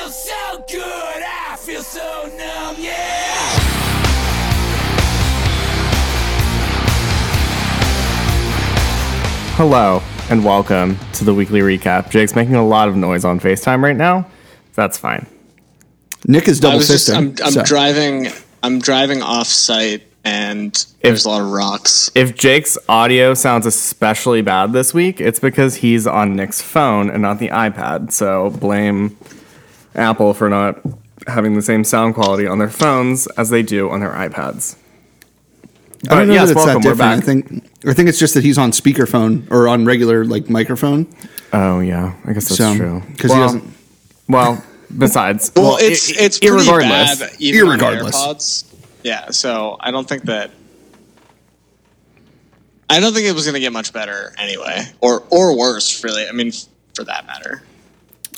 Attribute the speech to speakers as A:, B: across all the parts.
A: so good, I feel so numb, yeah!
B: Hello and welcome to the weekly recap. Jake's making a lot of noise on FaceTime right now. That's fine.
C: Nick is
D: I
C: double
D: was just,
C: fisting.
D: I'm, I'm
C: so-
D: driving. I'm driving off site, and there's a lot of rocks.
B: If Jake's audio sounds especially bad this week, it's because he's on Nick's phone and not the iPad. So blame Apple for not having the same sound quality on their phones as they do on their iPads.
C: I don't
B: But
C: know
B: yes,
C: that it's
B: welcome.
C: that
B: We're
C: different. I
B: back.
C: think I think it's just that he's on speakerphone or on regular like microphone.
B: Oh yeah, I guess that's
C: so
B: true.
C: because
B: well,
C: he doesn't.
B: Well, besides,
D: Well, it's
B: i- i-
D: it's pretty
B: irregardless.
D: bad. Even on
C: Irregardless.
D: AirPods. Yeah. So I don't think that. I don't think it was going to get much better anyway, or or worse, really. I mean, f- for that matter.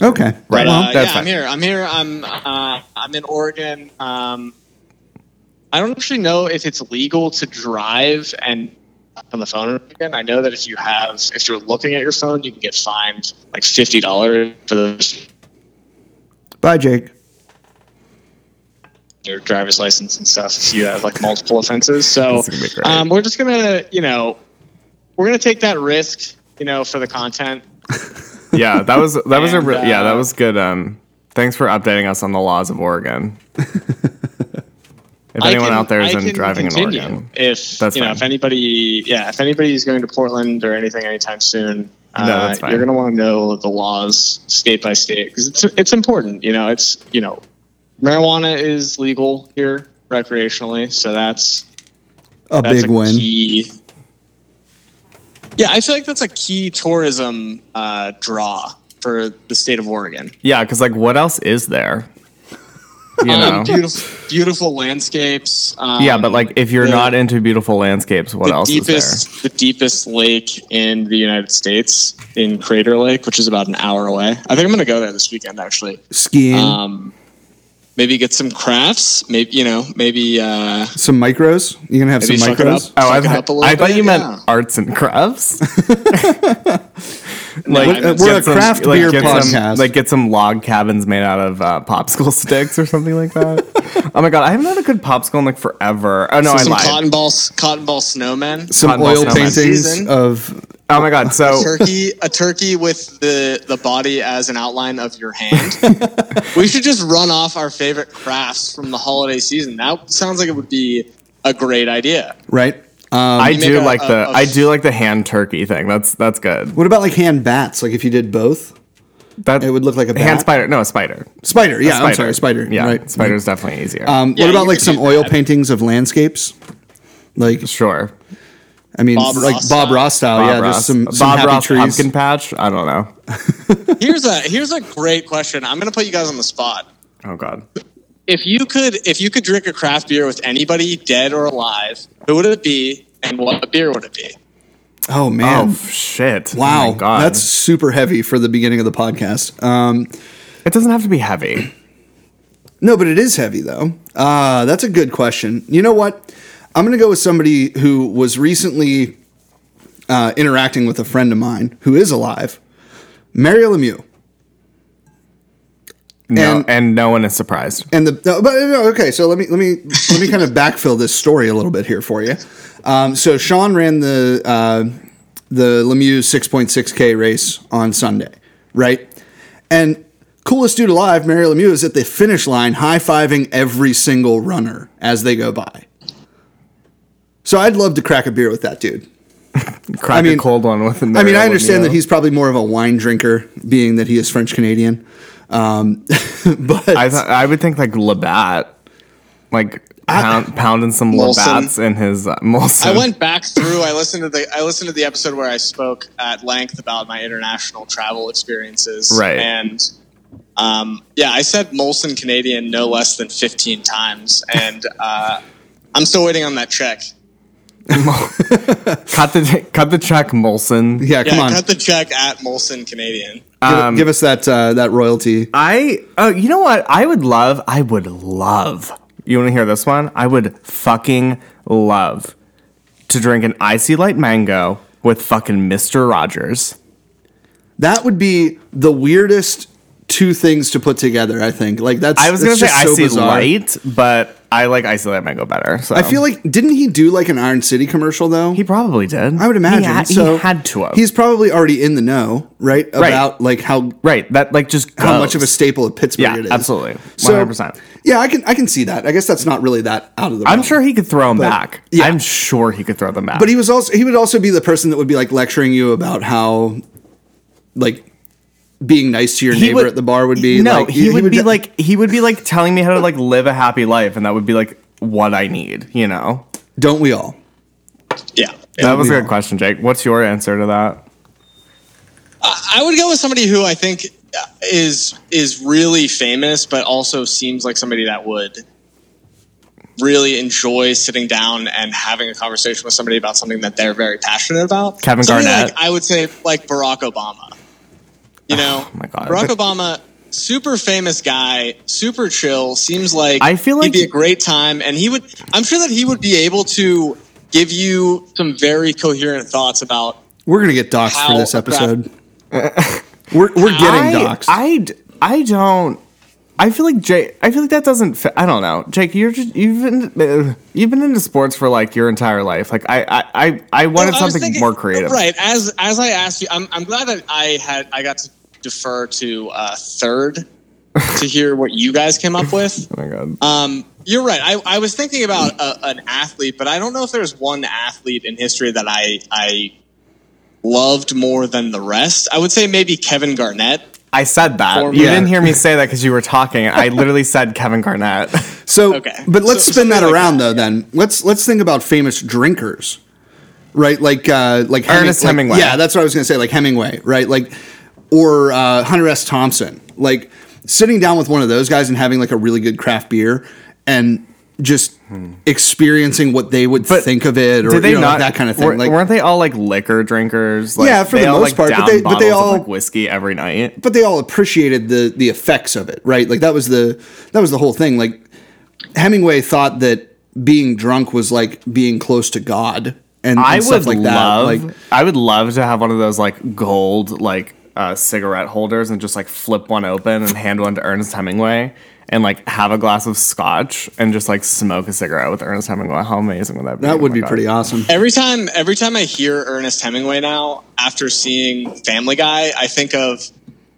C: Okay,
B: Right.
C: Well,
D: Uh,
B: that's
D: yeah,
B: fine.
D: I'm here. I'm here. I'm uh, I'm in Oregon. Um, I don't actually know if it's legal to drive and on the phone again. I know that if you have if you're looking at your phone, you can get fined like fifty dollars for the
C: bye, Jake.
D: your driver's license and stuff if you have like multiple offenses. So
B: That's gonna be great.
D: um, we're just gonna you know we're gonna take that risk you know for the content.
B: yeah, that was that was a
D: And,
B: re- yeah, that
D: uh,
B: was good. Um, thanks for updating us on the laws of Oregon. if
D: I
B: anyone
D: can-
B: out there
D: I
B: isn't
D: can
B: driving in
D: continue.
B: Oregon,
D: If
B: That's
D: you know,
B: fine.
D: if anybody, yeah, if anybody's going to Portland or anything anytime soon, uh,
B: that's fine.
D: you're going to want to know the laws state by state because it's it's important. You know, it's you know, marijuana is legal here recreationally, so that's
C: A
D: that's
C: big
D: a
C: win.
D: Key, yeah, I feel like that's a key tourism uh, draw for the state of Oregon.
B: yeah, because like, what else is there? You know,
D: um, beautiful, beautiful landscapes. Um,
B: yeah, but like, if you're
D: the-
B: not into beautiful landscapes, what
D: the
B: else
D: deepest
B: is
D: the deepest lake in the United States in Crater Lake, which is about an hour away. I think I'm gonna go there this weekend actually.
B: Mm-hmm.
C: Skiing,
D: Um, maybe get some crafts. Maybe you know maybe uh,
C: some micros. You gonna have some
D: maybe fuck it up.
C: micros?
B: there? Oh, I,
D: fuck it
B: thought-
D: up a little
B: I thought
D: bit,
B: you meant
D: yeah.
B: arts and crafts. like,
D: I meant-
B: get
C: We're a craft beer
B: get
C: podcast.
B: Some, like, get some log cabins made out of uh, popsicle sticks or something like that. oh my god, I haven't had a good popsicle in like forever. Oh no, I
D: some
B: lied.
D: cotton ball cotton ball snowmen.
C: Some
B: Cotton
C: oil
B: ball snowman.
C: paintings
D: Season.
C: of
B: Oh my god, so
D: turkey a turkey with the the body as an outline of your hand we should just run off our favorite crafts from the holiday season that sounds like it would be a great idea
C: right. Um,
B: I
D: you
B: do
D: make a-
B: like
D: a-
B: the
D: a-
B: I do like the hand turkey thing. That's that's good.
C: what about like hand bats? Like if you did both,
B: That
C: it would look like a bat.
B: hand spider. No, a spider.
C: Spider. Yeah, I'm sorry, spider.
B: Yeah,
C: right.
B: spider's definitely easier.
C: Um,
D: Yeah,
C: what about
D: you
C: like
D: could
C: some
D: do
C: oil
D: that.
C: paintings of landscapes? Like
B: sure.
C: I mean,
D: Bob
C: like
D: Ross
C: Bob
D: style?
C: Ross style.
B: Bob
C: oh, yeah,
B: Ross,
C: just some, some
B: Bob
C: happy
B: Ross
C: trees.
B: pumpkin patch. I don't know.
D: here's a here's a great question i'm gonna put you guys on the spot
B: Oh god.
D: if you could if you could drink a craft beer with anybody dead or alive who would it be and what beer would it be
C: Oh
B: Oh
C: man.
B: f- shit.
C: Wow,
B: Oh my god.
C: that's super heavy for the beginning of the podcast. Um,
B: it doesn't have to be heavy.
C: no, but it is heavy though. Uh, that's a good question. You know what? I'm going to go with somebody who was recently uh, interacting with a friend of mine who is alive, Mario Lemieux.
B: No, and,
C: And-
B: no one is surprised.
C: And the no, but no, okay, so let me let me let me kind of backfill this story a little bit here for you. Um, so Sean ran the uh, the Lemieux 6.6k race on Sunday, right? And coolest dude alive, Mario Lemieux is at the finish line, high fiving every single runner as they go by. So I'd love to crack a beer with that dude.
B: Crack
C: mean-
B: a cold one with.
C: I mean, I understand that he's probably more of a wine drinker, being that he is French Canadian. Um, but
B: I th- I would think like Labatt, like pound, pounding some
D: Molson.
B: Labats in his uh, Molson.
D: I went back through. I listened to the I listened to the episode where I spoke at length about my international travel experiences.
B: Right.
D: And um, yeah, I said Molson Canadian no less than fifteen times, and uh, I'm still waiting on that check.
B: cut the cut the check, Molson.
C: yeah, come
D: yeah,
C: on,
D: cut the check at Molson Canadian.
C: Give,
B: Um,
C: give us that uh, that royalty.
B: I oh, you know what? I would love. I would love. You want to hear this one? I would fucking love to drink an icy light mango with fucking Mister Rogers.
C: That would be the weirdest two things to put together. I think like that's.
B: I was
C: that's
B: gonna say
C: just
B: I
C: so
B: see
C: bizarre.
B: light, but I like isolate mango better. So
C: I feel like didn't he do like an Iron City commercial though?
B: he probably did.
C: I would imagine.
B: he, had- he
C: so
B: had to have.
C: He's probably already in the know, right? About like how
B: right. That like just
C: how
B: goes.
C: much of a staple of Pittsburgh
B: yeah,
C: it is.
B: absolutely, one
C: So-
B: hundred percent.
C: Yeah, I can I can see that. I guess that's not really that out of the.
B: I'm
C: realm.
B: sure he could throw them back.
C: yeah.
B: I'm sure he could throw them back.
C: but he was also he would also be the person that would be like lecturing you about how, like, being nice to your
B: He
C: neighbor at the bar would be
B: no.
C: Like,
B: he, would, be
C: ju-
B: like he would be like telling me how to like live a happy life, and that would be like what I need. You know,
C: don't we all?
D: Yeah.
B: that was a
C: we
B: good
C: all.
B: question, Jake. What's your answer to that?
D: I would go with somebody who I think is is really famous, but also seems like somebody that would really enjoy sitting down and having a conversation with somebody about something that they're very passionate about.
B: Kevin
D: Somebody
B: Garnett. Oh
D: Like, I would say like Barack Obama. You know,
B: my God.
D: Barack Obama, super famous guy, super chill. Seems like
B: I feel like-
D: he'd be a great time, and he would. I'm sure that he would be able to give you some very coherent thoughts about
C: We're gonna get doxxed for
D: How
C: this
D: about-
C: episode. we're we're
B: I,
C: getting doxxed.
B: I d- I don't. I feel like Jake. I feel like that doesn't. Fit. I don't know, Jake. You're just you've been uh, you've been into sports for like your entire life. Like I I I, I wanted
D: Well, I was
B: something
D: thinking-
B: more creative.
D: Right. As as I asked you, I'm, I'm glad that I had I got to defer to uh, third to hear what you guys came up with.
B: Oh my god.
D: Um, you're right. I, I was thinking about a, an athlete, but I don't know if there's one athlete in history that I I loved more than the rest. I would say maybe Kevin Garnett.
B: I said that.
D: Form-
B: you
C: Yeah.
B: didn't hear me say that because you were talking. I literally said Kevin Garnett.
C: So,
D: Okay.
C: but let's
D: So-
C: spin that
D: something like
C: around though. Then let's let's think about famous drinkers, right? Like uh, like Heming-
B: Ernest
C: like-
B: Hemingway.
C: Yeah, that's what I was gonna say. Like Hemingway, right? Like or uh, Hunter S. Thompson. Like sitting down with one of those guys and having like a really good craft beer and just experiencing what they would
B: Hmm. But
C: think of it, or
B: Did they
C: you know,
B: not
C: like that kind of thing.
B: Were,
C: like,
B: weren't they all like liquor drinkers? Like,
C: Yeah, for
B: they
C: the
B: all,
C: most part, but
B: downed
C: they- but
B: bottles
C: they
B: of,
C: all-
B: like whiskey every night.
C: but they all appreciated the the effects of it, right? Like that was the that was the whole thing. Like Hemingway thought that being drunk was like being close to God and, and
B: I would
C: stuff like
B: love.
C: that. Like
B: I would love to have one of those like gold like uh, cigarette holders and just like flip one open and hand one to Ernest Hemingway and like have a glass of scotch and just like smoke a cigarette with Ernest Hemingway. How amazing would that be?
C: that would
B: Oh my
C: be
B: God.
C: pretty awesome.
D: Every time every time I hear Ernest Hemingway now, after seeing Family Guy, I think of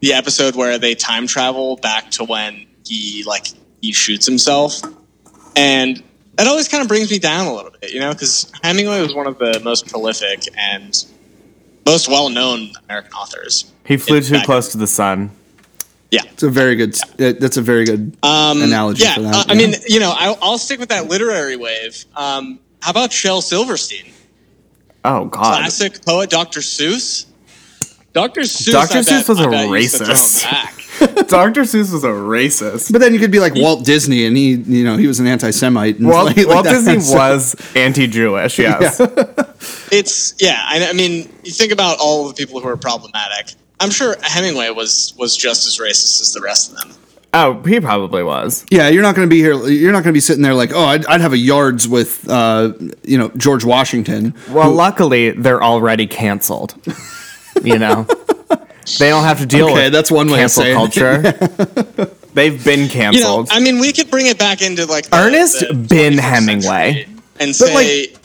D: the episode where they time travel back to when he like he shoots himself. And that always kind of brings me down a little bit, you know, because Hemingway was one of the most prolific and most well known American authors.
B: He flew too
D: Back-
B: close to the sun.
D: Yeah.
C: It's a very good. that- That's a very good
D: Um,
C: analogy
D: yeah,
C: for that.
D: uh, I
C: yeah.
D: mean, you know, I, I'll stick with that literary wave. Um, how about Shel Silverstein?
B: Oh God.
D: classic poet Dr. Seuss. Dr. Seuss.
B: Dr.
D: I bet-
B: Seuss was
D: I
B: a
D: bet used to throw
B: racist.
D: him back.
B: Dr. Seuss was a racist.
C: but then you could be like Walt Disney, and he, you know, he was an anti-Semite. And
B: Walt,
C: like, like
B: Walt
C: that
B: Disney
C: kind of stuff.
B: was anti-Jewish. Yes.
D: It's yeah. I, I mean, you think about all of the people who are problematic. I'm sure Hemingway was was just as racist as the rest of them.
B: Oh, he probably was.
C: Yeah, you're not going to be here. You're not going to be sitting there like, oh, I'd, I'd have a yards with, uh, you know, George Washington.
B: Well, luckily they're already canceled. You know, they don't have to deal
C: Okay,
B: with
C: that's one way of
B: cancel
C: saying it.
B: culture. They've been
D: You know,
B: canceled.
D: I mean, we could bring it back into like the,
B: Ernest
D: the
B: Ben
D: 21st
B: Hemingway.
D: century and say.
C: like-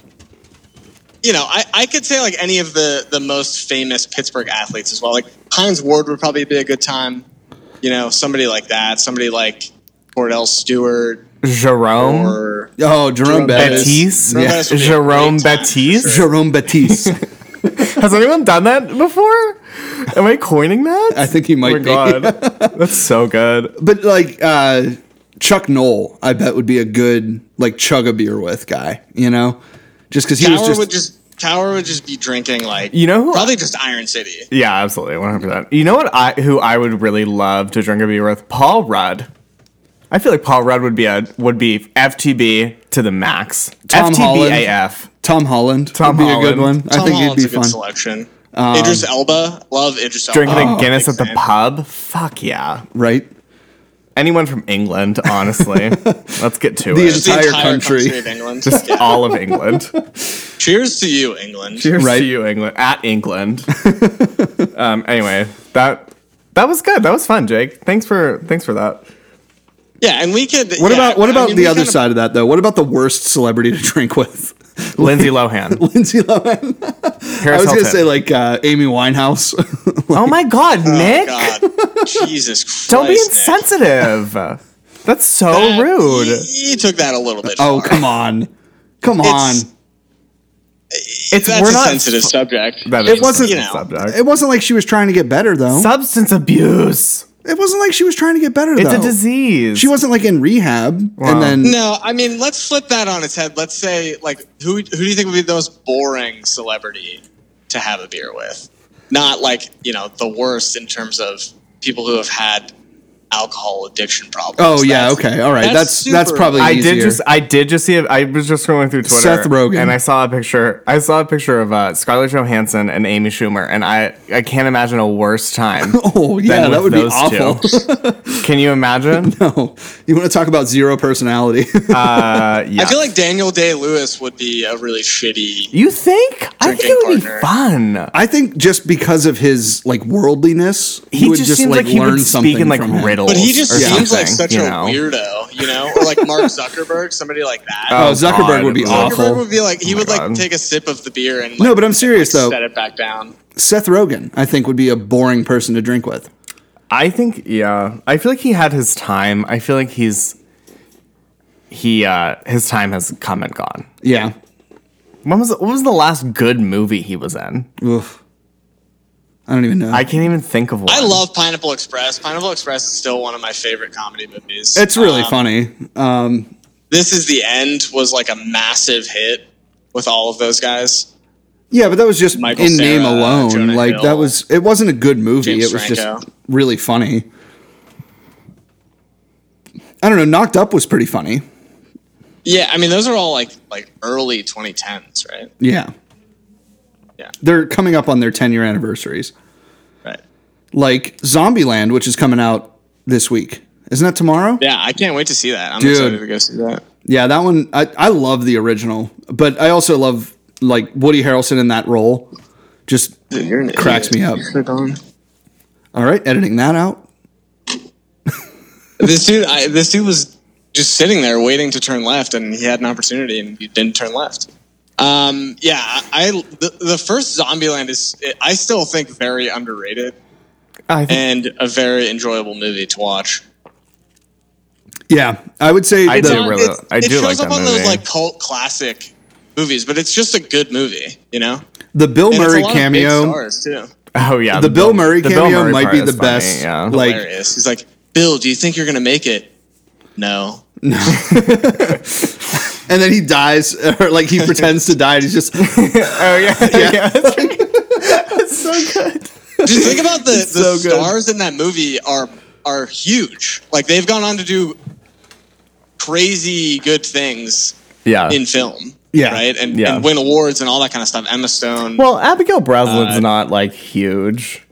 D: you know, I, I could say like any of the, the most famous Pittsburgh athletes as well. Like Heinz Ward would probably be a good time. You know, somebody like that. Somebody like Cordell Stewart
B: Jerome
D: or
C: Oh, Jerome,
D: Jerome
C: Bettis.
B: Batiste.
D: Jerome Bettis would be a
B: Jerome
D: great time, for
B: Batiste.
D: sure.
C: Jerome Batiste.
B: Has anyone done that before? Am I coining that?
C: I think he might
B: oh my
C: be.
B: God. That's so good.
C: But like uh, Chuck Knoll, I bet would be a good like chug a beer with guy. You know, just because he
D: Tower
C: was just,
D: would just Tower would just be drinking like
B: You know who
D: probably just Iron City.
B: Yeah, absolutely, one hundred percent. You know what? I who I would really love to drink a beer with Paul Rudd. I feel like Paul Rudd would be a would be FTB to the max.
C: Tom
B: FTB
C: Holland.
B: AF.
C: Tom Holland.
B: Tom
C: would be a
B: Holland.
C: good one. I
D: Tom
C: think
D: Holland's
C: he'd be
D: a good
C: fun.
D: selection. Idris Elba, love Idris Elba.
B: Drinking
D: Oh,
B: a Guinness at
D: big
B: the
D: fan.
B: pub. Fuck yeah.
C: Right?
B: Anyone from England, honestly. Let's get to
C: The
B: it.
D: Just the
C: entire
D: entire,
C: country.
D: country. of England.
B: Just all of England.
D: Cheers to you, England.
B: Cheers
C: Right.
B: to you, England. At England. um, anyway, that That was good. That was fun, Jake. Thanks for thanks for that.
D: Yeah, and we could.
C: What
D: yeah,
C: about what
D: I
C: about
D: mean, we
C: the other
D: kinda-
C: side of that though? What about the worst celebrity to drink with?
B: Lindsay Lohan.
C: Lindsay Lohan. I
B: Paris
C: was gonna
B: Hilton.
C: say like uh, Amy Winehouse.
B: oh my God, Nick!
D: God, Jesus Christ!
B: Don't be
D: Nick.
B: insensitive. That's so
D: That-
B: rude.
D: You, you took that a little bit.
C: oh
D: far.
C: come on, come on.
D: It's-
B: It's
D: that's
B: we're
D: a
B: not.
D: sensitive subject.
B: That
C: It
B: is a
C: wasn't-
B: sensitive
D: you know.
B: subject.
C: It wasn't like she was trying to get better though.
B: Substance abuse.
C: it wasn't like she was trying to get better
B: It's
C: though.
B: a disease.
C: She wasn't like in rehab
B: Wow.
C: and then
D: No, I mean, let's flip that on its head. Let's say, like, who who do you think would be the most boring celebrity to have a beer with? Not like you know the worst in terms of people who have had alcohol addiction problems.
C: Oh yeah,
D: That's-
C: okay, all right. That's
D: that's
C: that's,
D: super-
C: probably
B: I
C: easier.
B: did just. I did just see. it- I was just scrolling through Twitter.
C: Seth Rogen.
B: And I saw a picture. I saw a picture of uh, Scarlett Johansson and Amy Schumer, and I. I can't imagine a worse time.
C: Oh yeah,
B: than
C: that would
B: with
C: be
B: those
C: awful.
B: two. Can you imagine?
C: no, you want to talk about zero personality?
B: Uh, yeah.
D: I feel like Daniel Day Lewis would be a really shitty.
B: you think? I think
D: Drinking
B: it would
D: partner.
B: be fun.
C: I think just because of his like worldliness,
B: He
C: would
B: just, seems like, he
C: learn
B: would
C: something
B: speak in like
C: from him.
B: riddles.
D: But he just
B: or
D: seems like
B: something,
D: such
B: you
D: a
B: know?
D: weirdo, you know, or like Mark Zuckerberg, somebody like that.
C: Oh, Zuckerberg
B: God,
C: would be
B: it
D: Zuckerberg
C: awful.
D: would be like he
B: Oh my
D: would like
B: God.
D: take a sip of the beer and like,
C: No, but I'm serious though.
D: set it back down.
C: Seth Rogen, I think, would be a boring person to drink with.
B: I think yeah. I feel like he had his time. I feel like he's he uh his time has come and gone.
C: Yeah.
B: When was what was the last good movie he was in?
C: Oof. I don't even know.
B: I can't even think of one.
D: I love Pineapple Express. Pineapple Express is still one of my favorite comedy movies.
C: it's really
D: Um,
C: funny. Um,
D: This is the end was like a massive hit with all of those guys.
C: yeah, but that was just
D: Michael
C: in name
D: Cera,
C: alone.
D: Jonah
C: like that
D: Hill,
C: was. It wasn't a good movie.
D: James
C: it was just
D: Franco.
C: really funny. I don't know. Knocked Up was pretty funny.
D: Yeah, I mean those are all like like early 2010s, right?
C: Yeah.
D: Yeah.
C: They're coming up on their 10 year anniversaries.
D: Right.
C: Like Zombieland, which is coming out this week. Isn't that tomorrow?
D: Yeah, I can't wait to see that. I'm
C: Dude.
D: excited to go see that.
C: Yeah, that one I, I love the original, but I also love like Woody Harrelson in that role. Just
D: Dude, you're an
C: Cracks
D: idiot.
C: me up. all right, editing that out.
D: this dude, I, this dude was just sitting there waiting to turn left, and he had an opportunity, and he didn't turn left. Um, yeah, I the, the first Zombieland is I still think very underrated
B: I think
D: and a very enjoyable movie to watch.
C: Yeah, I would say
B: I
C: the-
B: do really- I
D: it
B: do
D: shows
B: like
D: up
B: that
D: on
B: movie.
D: those like cult classic movies, but it's just a good movie, you know.
C: the Bill
D: And it's a
C: Murray
D: lot of big
C: cameo.
D: stars too.
B: oh yeah.
C: The Bill Murray cameo might
B: part
C: be
B: is
C: the best,
B: Yeah.
C: like-
D: Hilarious. He's like, Bill, do you think you're gonna make it? No.
C: And then he dies, or like he pretends to die. And he's just
B: oh yeah. yeah. that's right. That's so good.
D: Just think about the, the
B: so good.
D: stars in that movie are are huge. Like they've gone on to do crazy good things
B: Yeah.
D: in film.
C: Yeah.
D: Right? And,
B: Uh, Yeah.
D: and win awards and all that kind of stuff. Emma Stone.
B: well, Abigail Breslau's
D: Uh,
B: not like huge.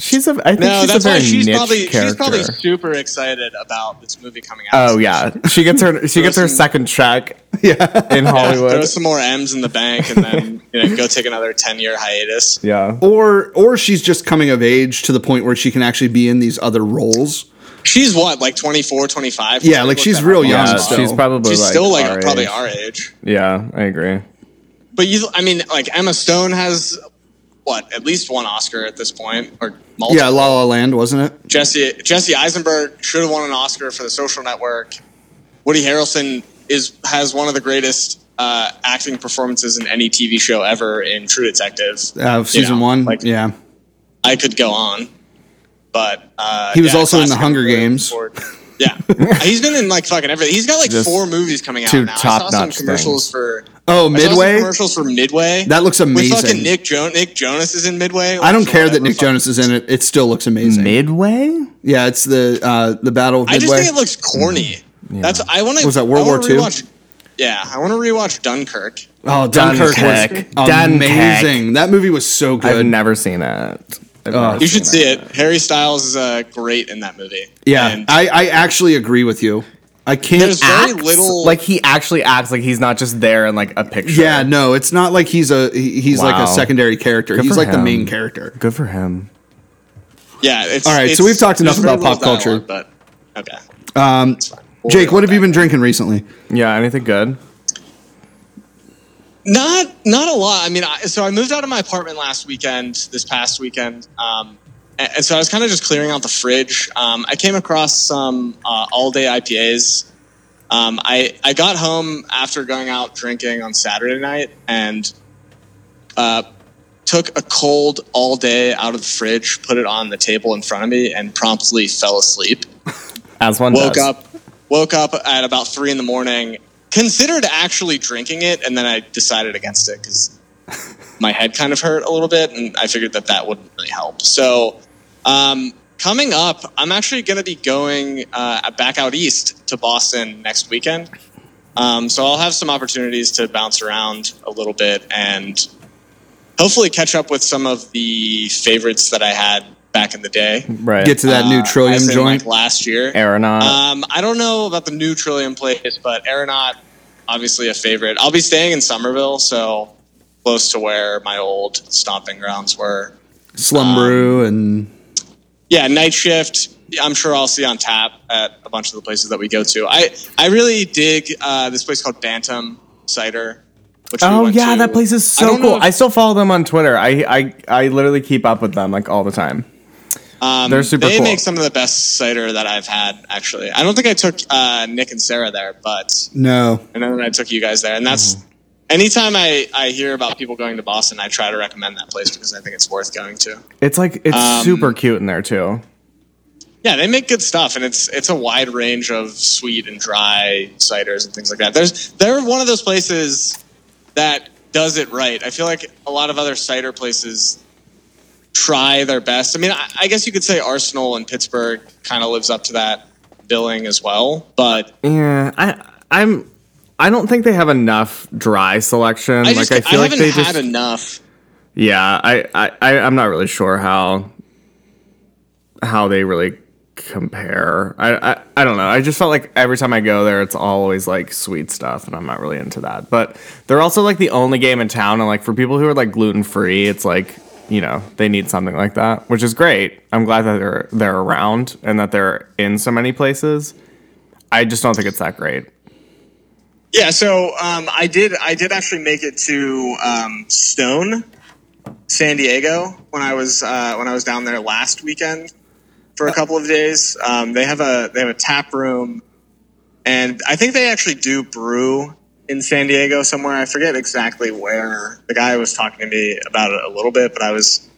B: She's a. I think
D: no,
B: she's
D: that's
B: a very
D: why she's
B: niche
D: probably
B: character.
D: she's probably super excited about this movie coming out.
B: Oh yeah, she gets her she gets her
D: Person-
B: second check in
C: Oh,
B: Hollywood.
D: Throw some more M's in the bank and then you know, go take another ten year hiatus.
B: Yeah,
C: or or she's just coming of age to the point where she can actually be in these other roles.
D: She's what, like 24, 25?
C: Yeah, like,
D: Look
C: she's
D: that
C: real
D: up.
C: young
B: yeah,
C: so-
B: she's probably
D: She's
B: like
D: still like
B: our
D: probably
B: age.
D: our age.
B: Yeah, I agree.
D: But you, I mean, like Emma Stone has what at least one Oscar at this point, or multiple.
C: Yeah, La La Land wasn't it?
D: Jesse Jesse Eisenberg should have won an Oscar for The Social Network. Woody Harrelson is has one of the greatest uh, acting performances in any TV show ever in True Detective.
C: Uh, season
D: know,
C: one.
D: like-
C: yeah,
D: I could go on, but uh,
C: He was also in The
D: classic
C: Hunger
D: Emperor
C: Games.
D: Ford. Yeah, he's been in like fucking everything. He's got like
B: Just
D: four movies coming out
B: two
D: now. I saw some
B: top-notch
D: commercials
B: things.
D: for
C: Oh,
D: I saw some
C: Midway?
D: commercials for Midway.
C: that looks
D: with
C: amazing.
D: fucking Nick Jonas. Nick Jonas is in Midway.
C: I don't
D: Like,
C: care that
D: whatever
C: Nick
D: fucking-
C: Jonas is in it; it still looks amazing.
B: Midway?
C: Yeah, it's the uh, the Battle of
D: I
C: Midway. Mm-hmm.
D: just think it looks corny. That's I want to.
C: Was that World War II?
D: Yeah, I want to rewatch Dunkirk.
C: oh, Dunkirk,
B: Dunkirk.
C: was amazing.
B: Dunkirk.
C: That movie was so
B: I've
C: good.
B: never seen it. I've
C: Oh.
B: never seen
D: You should see it. Harry Styles is uh, great in that movie.
C: yeah,
D: And
C: I, I actually agree with you. I can't.
D: There's very
B: Acts?
D: little.
B: Like he actually acts like he's not just there in like a picture.
C: Yeah, no, it's not like he's a he- he's like
B: Wow.
C: a secondary character.
B: Good
C: he's
B: for
C: like the
B: him.
C: main character.
B: Good for him.
D: Yeah. It's,
C: All right, so
D: it's-
C: we've talked enough
D: there's very
C: about pop
D: little
C: culture.
D: dialogue, but okay.
C: Um,
D: It's fine. We'll
C: Jake,
D: worry
C: what
D: about
C: have you
D: that.
C: been drinking recently?
B: Yeah, anything good?
D: Not not a lot. I mean, I, so I moved out of my apartment last weekend, this past weekend, um, and, and so I was kind of just clearing out the fridge. Um, I came across some uh, all day IPAs. Um, I I got home after going out drinking on Saturday night and uh, took a cold all day out of the fridge, put it on the table in front of me, and promptly fell asleep
B: As one
D: woke
B: does.
D: up woke up at about three in the morning considered actually drinking it and then i decided against it because my head kind of hurt a little bit and i figured that that wouldn't really help so um, coming up i'm actually going to be going uh, back out east to boston next weekend um, so i'll have some opportunities to bounce around a little bit and hopefully catch up with some of the favorites that i had back in the day
B: Right.
C: Get to that new
D: uh,
C: Trillium
D: as in,
C: joint.
D: like, last year
B: Aeronaut.
D: um, I don't know about the new Trillium place, but Aeronaut, obviously a favorite. I'll be staying in Somerville, so close to where my old stomping grounds were. um,
C: Slum Brew and
D: Yeah, night shift. I'm sure I'll see on tap at a bunch of the places that we go to. I I really dig uh, this place called Bantam Cider. Which we
B: Oh
D: went
B: yeah,
D: to.
B: that place is
D: I
B: so
D: don't
B: cool.
D: know if-
B: I still follow them on Twitter. I, I I literally keep up with them like all the time.
D: Um,
B: They're super
D: They
B: cool.
D: make some of the best cider that I've had. Actually, I don't think I took uh, Nick and Sarah there, but
C: no.
D: and then I took you guys there. And that's
B: Mm-hmm.
D: anytime I, I hear about people going to Boston, I try to recommend that place because I think it's worth going to.
B: It's like it's
D: Um,
B: super cute in there too.
D: Yeah, they make good stuff, and it's it's a wide range of sweet and dry ciders and things like that. There's they're one of those places that does it right. I feel like a lot of other cider places try their best. I mean, I, I guess you could say Arsenal and Pittsburgh kind of lives up to that billing as well, but
B: Mm, Yeah, I I'm I don't think they have enough dry selection.
D: I
B: like
D: just
B: I feel like
D: haven't
B: they
D: had
B: just
D: enough.
B: yeah. I, I I I'm not really sure how how they really compare. I, I I don't know. I just felt like every time I go there, it's always like sweet stuff, and I'm not really into that. But they're also like the only game in town, and like for people who are like gluten free, it's like you know they need something like that, which is great. I'm glad that they're they're around and that they're in so many places. I just don't think it's that great.
D: Yeah, so um, I did. I did actually make it to um, Stone, San Diego, when I was uh, when I was down there last weekend for a couple of days. Um, they have a they have a tap room, and I think they actually do brew in San Diego somewhere. I forget exactly where. The guy was talking to me about it a little bit, but I was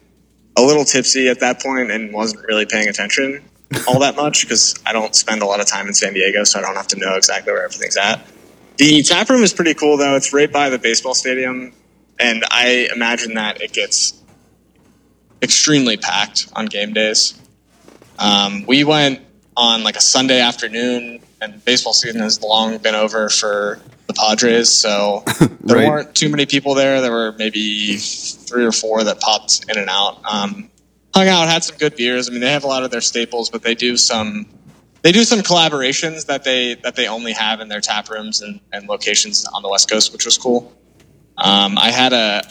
D: a little tipsy at that point and wasn't really paying attention all that much because I don't spend a lot of time in San Diego, so I don't have to know exactly where everything's at. The tap room is pretty cool, though. It's right by the baseball stadium, and I imagine that it gets extremely packed on game days. Um, we went on like a Sunday afternoon, and baseball season has long been over for the Padres, so there
C: Right.
D: weren't too many people there. There were maybe three or four that popped in and out. Um, hung out, had some good beers. I mean, they have a lot of their staples, but they do some they do some collaborations that they that they only have in their tap rooms and, and locations on the west coast which was cool um, i had a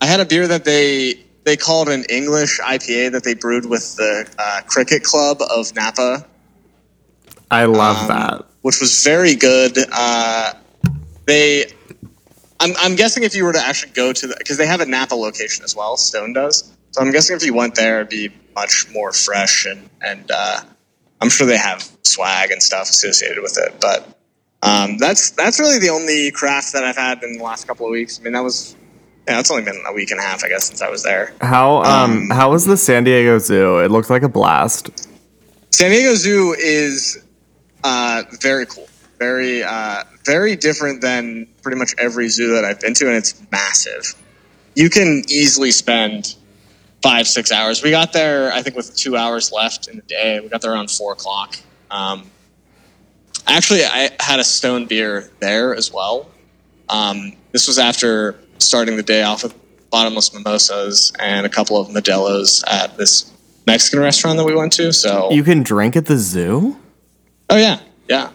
D: i had a beer that they they called an english ipa that they brewed with the uh, cricket club of napa
B: I love
D: Um,
B: that.
D: which was very good uh, they I'm, I'm guessing if you were to actually go to the because they have a napa location as well stone does so i'm guessing if you went there it'd be much more fresh and and uh, i'm sure they have swag and stuff associated with it but um, that's that's really the only craft that i've had in the last couple of weeks i mean that was yeah that's only been a week and a half i guess since i was there
B: How um,
D: um,
B: how was the San Diego Zoo? It looked like a blast.
D: San Diego Zoo is uh, very cool, very uh, very different than pretty much every zoo that I've been to, and it's massive. You can easily spend five six hours. We got there, I think, with two hours left in the day. We got there around four o'clock. Um, actually, I had a stone beer there as well. Um, this was after starting the day off with bottomless mimosas and a couple of Modelo's at this Mexican restaurant that we went to. So
B: You can drink at the zoo.
D: Oh yeah, yeah.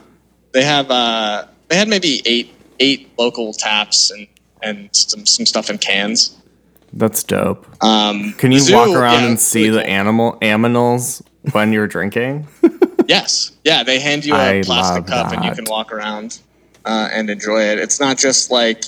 D: They have uh, they had maybe eight eight local taps and and some some stuff in cans.
B: That's dope.
D: Um,
B: Can you
D: the zoo,
B: walk around
D: yeah,
B: and
D: it's
B: see
D: really
B: the
D: cool.
B: animal aminals when you're drinking?
D: Yes. Yeah, they hand you a
B: I
D: plastic
B: love
D: cup and you
B: that.
D: can walk around uh, and enjoy it. It's not just like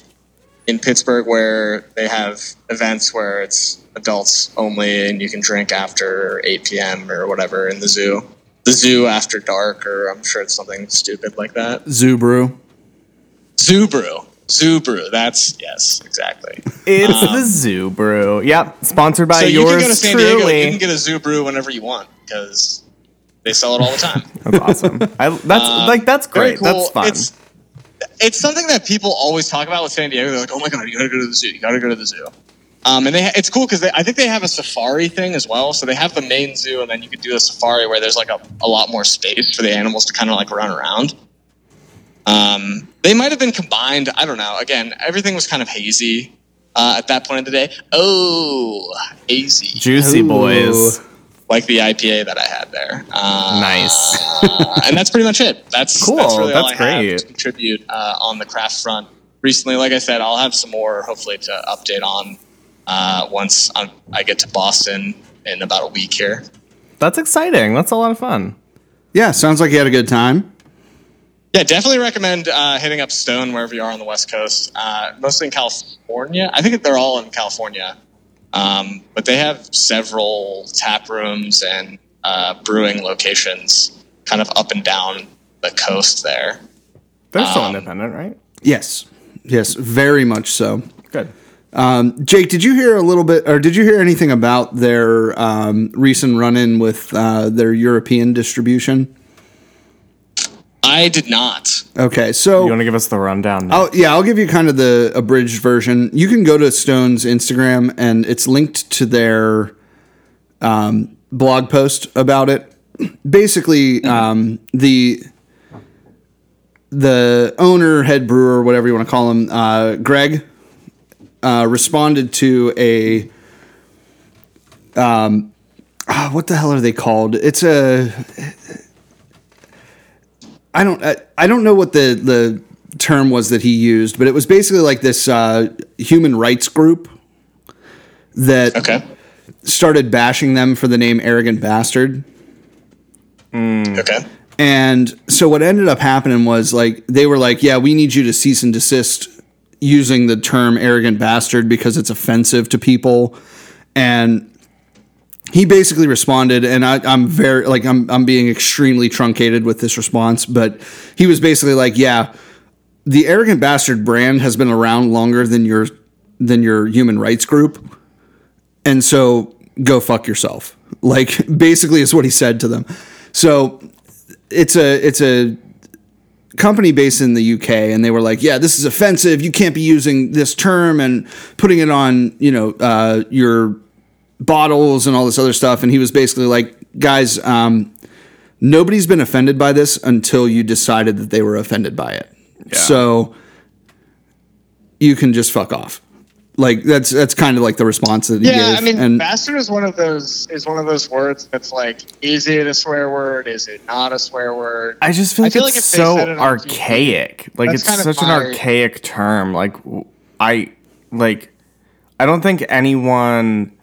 D: in Pittsburgh where they have events where it's adults only and you can drink after 8 p.m. or whatever in the zoo. The zoo after dark, or I'm sure it's something stupid like that.
C: Zoo brew.
D: Zoo brew. Zoo brew. That's, yes, exactly.
B: It's the Zoo Brew. Yep, sponsored by
D: Um, so you
B: yours
D: can go to San
B: truly.
D: Diego. You can get a zoo brew whenever you want because they sell it all the time.
B: that's awesome. I, that's
D: Um,
B: like that's
D: Very
B: great. That's fun.
D: It's, it's something that people always talk about with San Diego. They're like, "Oh my god, you gotta go to the zoo! You gotta go to the zoo!" Um, and they, ha- it's cool because I think they have a safari thing as well. So they have the main zoo, and then you could do a safari where there's like a, a lot more space for the animals to kind of like run around. Um, they might have been combined. I don't know. Again, everything was kind of hazy uh, at that point of the day. Oh, hazy,
B: Juicy
C: Ooh.
B: boys.
D: like the IPA that I had there. Uh,
B: Nice.
D: uh, and that's pretty much it. That's
B: Cool.
D: That's, really all
B: That's
D: I have
B: great.
D: to contribute uh, on the craft front recently. Like I said, I'll have some more hopefully to update on uh, once i I get to Boston in about a week here.
B: That's exciting. That's a lot of fun.
C: Yeah, sounds like you had a good time.
D: Yeah, definitely recommend uh, hitting up Stone wherever you are on the West Coast, uh, mostly in California. I think they're all in California, um, but they have several tap rooms and uh, brewing locations kind of up and down the coast there.
B: They're still
D: Um,
B: independent, right?
C: Yes. Yes, very much so.
B: Good.
C: Um, Jake, did you hear a little bit, or did you hear anything about their um, recent run-in with uh, their European distribution?
D: I did not.
C: Okay, so
B: You want to give us the rundown? now?
C: I'll, yeah, I'll give you kind of the abridged version. You can go to Stone's Instagram, and it's linked to their um, blog post about it. Basically, um, the the owner, head brewer, whatever you want to call him, uh, Greg, uh, responded to a um, ah, what the hell are they called? It's a I don't I, I don't know what the the term was that he used, but it was basically like this uh, human rights group that
D: Okay.
C: started bashing them for the name arrogant bastard.
D: Okay.
C: And so what ended up happening was like they were like, "Yeah, we need you to cease and desist using the term arrogant bastard because it's offensive to people." And he basically responded, and I, I'm very like I'm I'm being extremely truncated with this response, but he was basically like, "Yeah, the arrogant bastard brand has been around longer than your than your human rights group, and so go fuck yourself." Like basically is what he said to them. So it's a it's a company based in the UK and they were like, yeah, this is offensive. You can't be using this term and putting it on, you know, uh, your bottles and all this other stuff. And he was basically like, guys, um, nobody's been offended by this until you decided that they were offended by it. So you can just fuck off. Like that's that's kind of like the response that he
D: Yeah,
C: gave.
D: I mean,
C: and
D: bastard is one of those is one of those words that's like, is it a swear word? Is it not a swear word?
B: I just feel
D: I
B: like
D: feel
B: it's
D: like if they
B: so
D: said it on TV,
B: archaic. Like
D: that's
B: it's
D: kind of
B: such an
D: my-
B: archaic term. Like w- I like I don't think anyone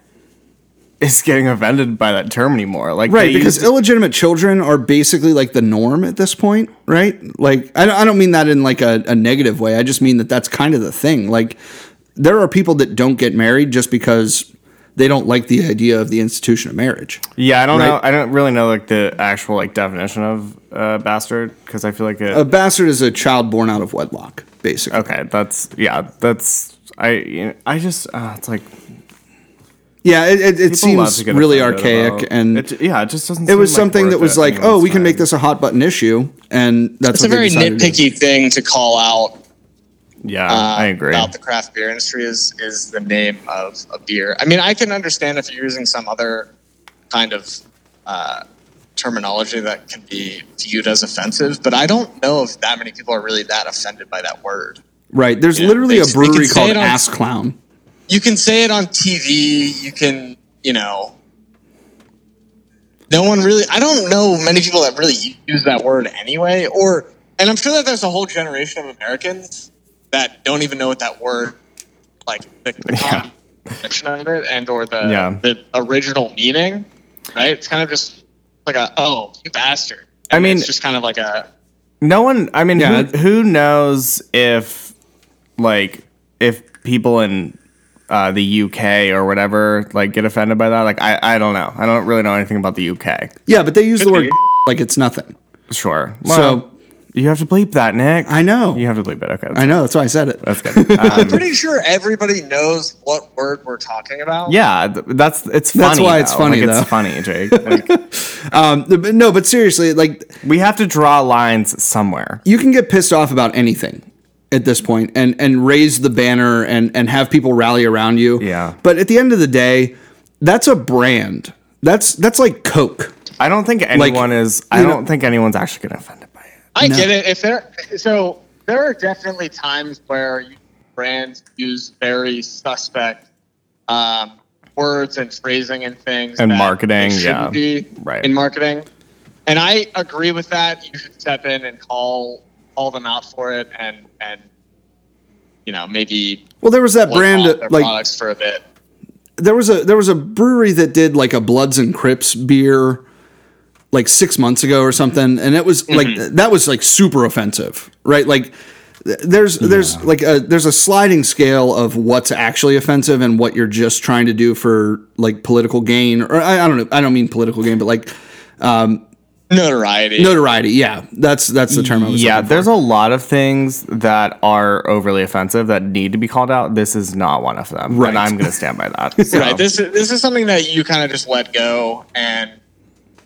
B: is getting offended by that term anymore. Like they
C: Right, because
B: used to-
C: illegitimate children are basically like the norm at this point, right? Like, I don't, I don't mean that in like a, a negative way. I just mean that that's kind of the thing. Like, there are people that don't get married just because they don't like the idea of the institution of marriage.
B: yeah, I don't know.
C: right.
B: I don't really know like the actual like definition of uh, bastard because I feel like it.
C: A bastard is a child born out of wedlock, basically.
B: okay, that's yeah, that's I I just uh, it's like
C: Yeah, it, it, it
B: people love
C: seems
B: to get
C: really
B: offended
C: archaic,
B: about-
C: and
B: it,
C: it,
B: j- yeah, it just doesn't.
C: was
B: seem,
C: something
B: worth
C: that was
B: it
C: like, oh,
B: anyone's
C: we can make
B: time."
C: this a hot button issue, and that's
D: It's a
C: what they
D: very
C: decided to do.
D: nitpicky thing to call out.
B: Yeah,
D: uh,
B: I agree.
D: About the craft beer industry is is the name of a beer. I mean, I can understand if you're using some other kind of uh, terminology that can be viewed as offensive, but I don't know if that many people are really that offended by that word.
C: Right? There's
D: Yeah,
C: literally
D: they-
C: a
D: they can
C: brewery
D: say
C: called
D: it on-
C: Ass Clown.
D: you can say it on TV. You can, you know, no one really. I don't know many people that really use that word anyway. Or, and I'm sure that there's a whole generation of Americans that don't even know what that word, like the, the
B: Yeah.
D: common description of it and or the
B: Yeah.
D: the original meaning, right? It's kind of just like a oh you bastard.
B: I mean-
D: it's just kind of like a
B: No one. I mean,
C: Yeah.
B: who, who knows if, like, if people in uh, the UK or whatever like get offended by that? Like, I, I don't know. I don't really know anything about the UK.
C: Yeah, but they use the
D: Could
C: word
D: be.
C: like it's nothing.
B: Sure.
C: So-
B: so you have to bleep that, Nick.
C: I know.
B: You have to bleep it. Okay.
C: I know. That's why I said it.
B: That's good. Uh,
D: I'm pretty sure everybody knows what word we're talking about.
B: yeah, th- that's it's funny.
C: That's why it's
B: though.
C: funny,
B: Like, it's
C: though.
B: funny, Jake. Like,
C: Um, but no, but seriously, like
B: we have to draw lines somewhere.
C: you can get pissed off about anything at this point and and raise the banner and and have people rally around you.
B: Yeah.
C: But at the end of the day, that's a brand. That's that's like Coke.
B: I don't think anyone is. I
C: you know-
B: don't think anyone's actually getting offended by it.
D: I
C: No.
D: get it. If there, so there are definitely times where you- brands use very suspect um, words and phrasing and things
B: And
D: that
B: marketing,
D: they shouldn't
B: yeah.
D: be
B: Right.
D: in marketing. And I agree with that. You should step in and call call them out for it, and and you know maybe
C: Well, there was that
D: boycott
C: brand
D: their
C: uh, like
D: products for a bit.
C: there was a there was a brewery that did like a Bloods and Crips beer like 6 months ago or something and it was like that was like super offensive, right? Like th- there's there's like a there's a sliding scale of what's actually offensive and what you're just trying to do for like political gain or I, I don't know I don't mean political gain but like
D: Notoriety.
C: notoriety yeah that's that's the term I was
B: Yeah,
C: looking for.
B: there's a lot of things that are overly offensive that need to be called out. This is not one of them.
C: Right.
B: And I'm going to stand by that. So,
C: Um,
D: Right. This is this is something that you kind of just let go, and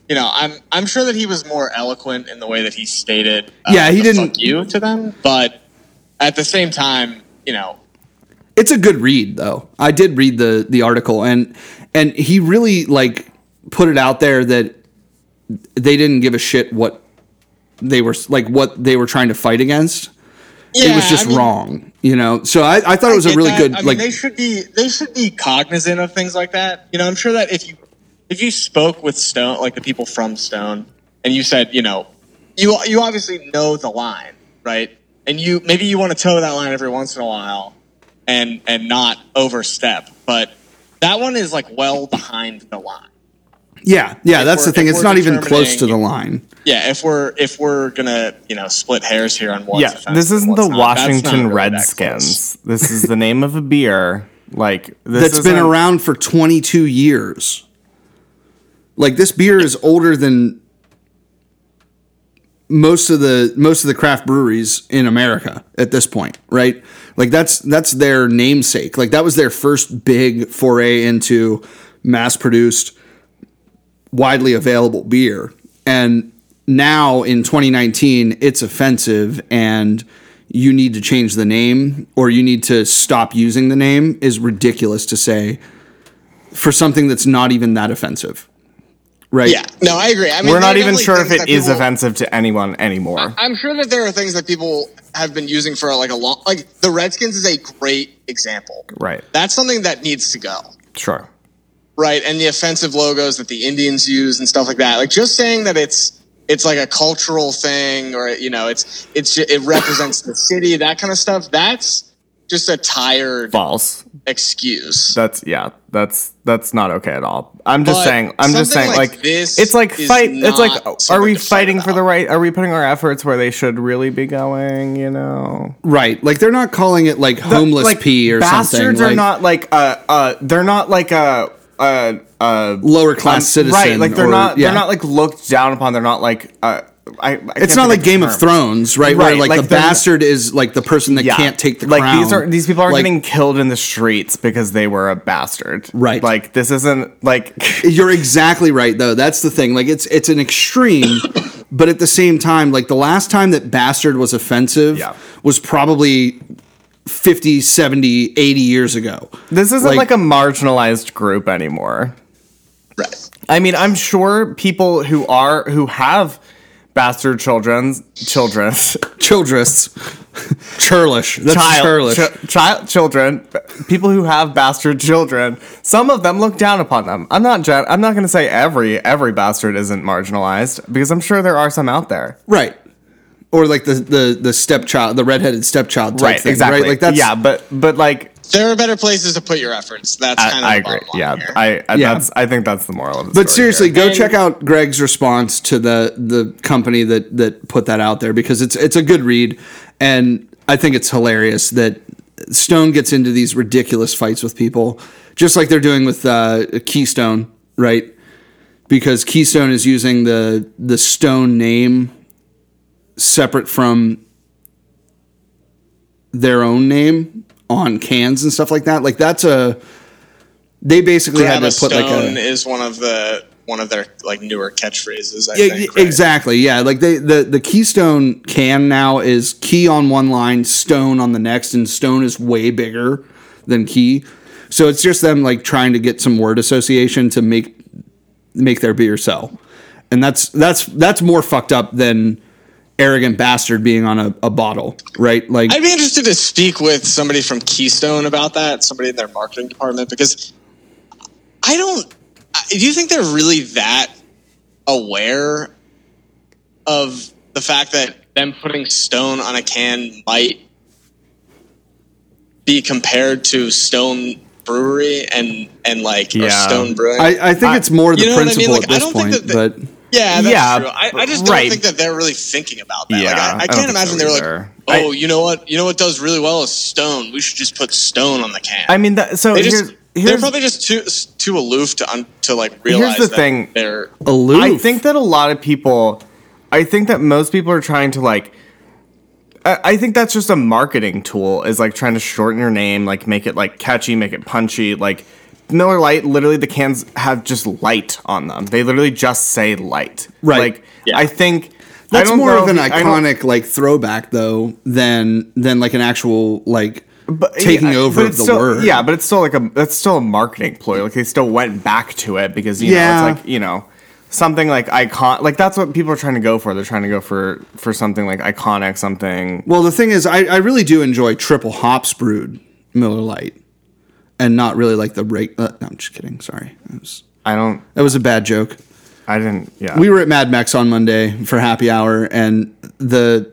D: you know, I'm I'm sure that he was more eloquent in the way that he stated. uh,
C: Yeah, he
D: the
C: didn't-
D: fuck you to them, but at the same time, you know,
C: it's a good read though. I did read the the article and and he really like put it out there that they didn't give a shit what they were like what they were trying to fight against. it was
D: Yeah,
C: just
D: I mean,
C: wrong, you know. So I, I thought it was
D: I
C: a
D: get
C: really
D: that.
C: good
D: I mean,
C: like
D: they should be they should be cognizant of things like that. You know, I'm sure that if you if you spoke with Stone, like the people from Stone, and you said, you know, you you obviously know the line, right? And you maybe you want to toe that line every once in a while, and and not overstep. But that one is like well behind the line.
C: yeah yeah
D: if
C: that's the
D: we're-
C: thing.
D: if
C: It's
D: we're
C: not even close to the
D: determining-
C: line.
D: Yeah, if we're if we're gonna you know split hairs here on one.
B: yeah, this isn't the Washington Redskins. This is the name of a beer. Like this
C: That's been
B: isn't-
C: around for 22 years. Like this beer is older than most of the most of the craft breweries in America at this point, right? Like that's that's their namesake. Like that was their first big foray into mass-produced widely available beer. And now in 2019, it's offensive and you need to change the name or you need to stop using the name is ridiculous to say for something that's not even that offensive. Right?
D: Yeah, no, I agree. I mean,
B: We're not
D: there are
B: even
D: definitely
B: sure if
D: things
B: it
D: that
B: is
D: people-
B: offensive to anyone anymore.
D: I'm sure that there are things that people have been using for like a long, like the Redskins is a great example.
B: Right.
D: That's something that needs to go.
B: Sure.
D: Right. And the offensive logos that the Indians use and stuff like that. Like just saying that it's, it's like a cultural thing or, you know, it's, it's, ju- it represents the city, that kind of stuff. That's just a tired
B: False.
D: excuse.
B: That's yeah. That's that's not okay at all. I'm just
D: But
B: saying. I'm just
D: something
B: saying.
D: like
B: Like,
D: this
B: it's like
D: is
B: fight. It's like
D: not
B: are we
D: something to fight
B: fighting for the
D: about.
B: right? Are we putting our efforts where they should really be going? You know,
C: Right. Like they're not calling it like
B: The-
C: homeless
B: like,
C: pee or
B: bastards
C: something.
B: are
C: like,
B: not like uh uh. They're not like a uh uh
C: lower class citizen.
B: right. Like they're
C: or-
B: not.
C: yeah.
B: They're not like looked down upon. They're not like uh. I, I
C: it's not like Game of Thrones, right? Where
B: Right,
C: like,
B: like
C: the
B: they're not-
C: bastard is like the person that can't take the
B: like
C: crown.
B: these are these people are
C: Like,
B: getting killed in the streets because they were a bastard.
C: Right.
B: Like this isn't like
C: You're exactly right, though. That's the thing. Like it's it's an extreme, but at the same time, like the last time that bastard was offensive
B: Yeah.
C: was probably 50, 70, 80 years ago.
B: This isn't
C: Like-
B: like, a marginalized group anymore.
D: Right.
B: I mean, I'm sure people who are who have bastard children's children's
C: Childress, churlish, that's
B: child
C: churlish.
B: ch- child children people who have bastard children some of them look down upon them i'm not gen- i'm not going to say every every bastard isn't marginalized because i'm sure there are some out there
C: Right. Or like the the the stepchild, the redheaded stepchild type thing,
B: exactly
C: right? Like that's
B: yeah but but like
D: There are better places to put your efforts. That's
B: I,
D: kind of
B: I
D: the
B: agree.
D: bottom line
B: Yeah,
D: here.
B: I, I
C: Yeah.
B: that's I think that's the moral of the
C: But
B: story here.
C: seriously, go
D: And-
C: check out Greg's response to the the company that that put that out there because it's it's a good read, and I think it's hilarious that Stone gets into these ridiculous fights with people, just like they're doing with uh, Keystone, right? Because Keystone is using the the Stone name separate from their own name on cans and stuff like that. Like that's a they basically had
D: Grab a
C: to put like a
D: stone is one of the one of their like newer catchphrases. I
C: Yeah,
D: think,
C: yeah,
D: right?
C: exactly. Yeah, like they the the keystone can now is key on one line, stone on the next, and stone is way bigger than key. So it's just them like trying to get some word association to make make their beer sell, and that's that's that's more fucked up than arrogant bastard being on a, a bottle, right? Like
D: I'd be interested to speak with somebody from Keystone about that, somebody in their marketing department, because I don't. I- Do you think they're really that aware of the fact that them putting stone on a can might be compared to Stone Brewery and and like or
B: Yeah.
D: Stone Brewing?
C: I, I think
B: I-
C: it's more the
D: You know what I mean?
C: principle
D: Like, I
C: at this
D: don't think
C: point,
D: that
C: but.
D: Yeah, that's
B: Yeah,
D: true. I, I just don't
B: right.
D: think that they're really thinking about that. like,
B: Yeah,
D: I, I
B: I don't
D: can't
B: think
D: imagine
B: so
D: they're
B: either.
D: like, oh, you know what? You know what does really well is stone. We should just put stone on the can.
B: I mean, that, so
D: they
B: here's,
D: just, they're
B: here's-
D: probably just too s- too aloof to un, to like realize
B: the
D: that
B: thing.
D: they're
C: Aloof.
B: I think that a lot of people, I think that most people are trying to like. I I think that's just a marketing tool is like trying to shorten your name, like make it like catchy, make it punchy. Like Miller Lite, literally the cans have just light on them. They literally just say light.
C: Right.
B: Like
D: Yeah.
B: I think I
C: That's
B: don't
C: more
B: know
C: of an
B: if- I don't-
C: iconic like throwback though than than like an actual like
B: but-
C: taking
B: yeah,
C: over
B: but it's
C: the
B: still-
C: word.
B: Yeah, but it's still like a that's still a marketing ploy. Like they still went back to it because you
C: Yeah.
B: know it's like you know something like icon like that's what people are trying to go for. They're trying to go for for something like iconic, something.
C: Well, the thing is, I, I really do enjoy triple hops brewed Miller Lite, and not really like the rate. Uh, no, I'm just kidding. Sorry, that was,
B: I don't.
C: that was a bad joke.
B: I didn't. Yeah.
C: We were at Mad Max on Monday for happy hour, and the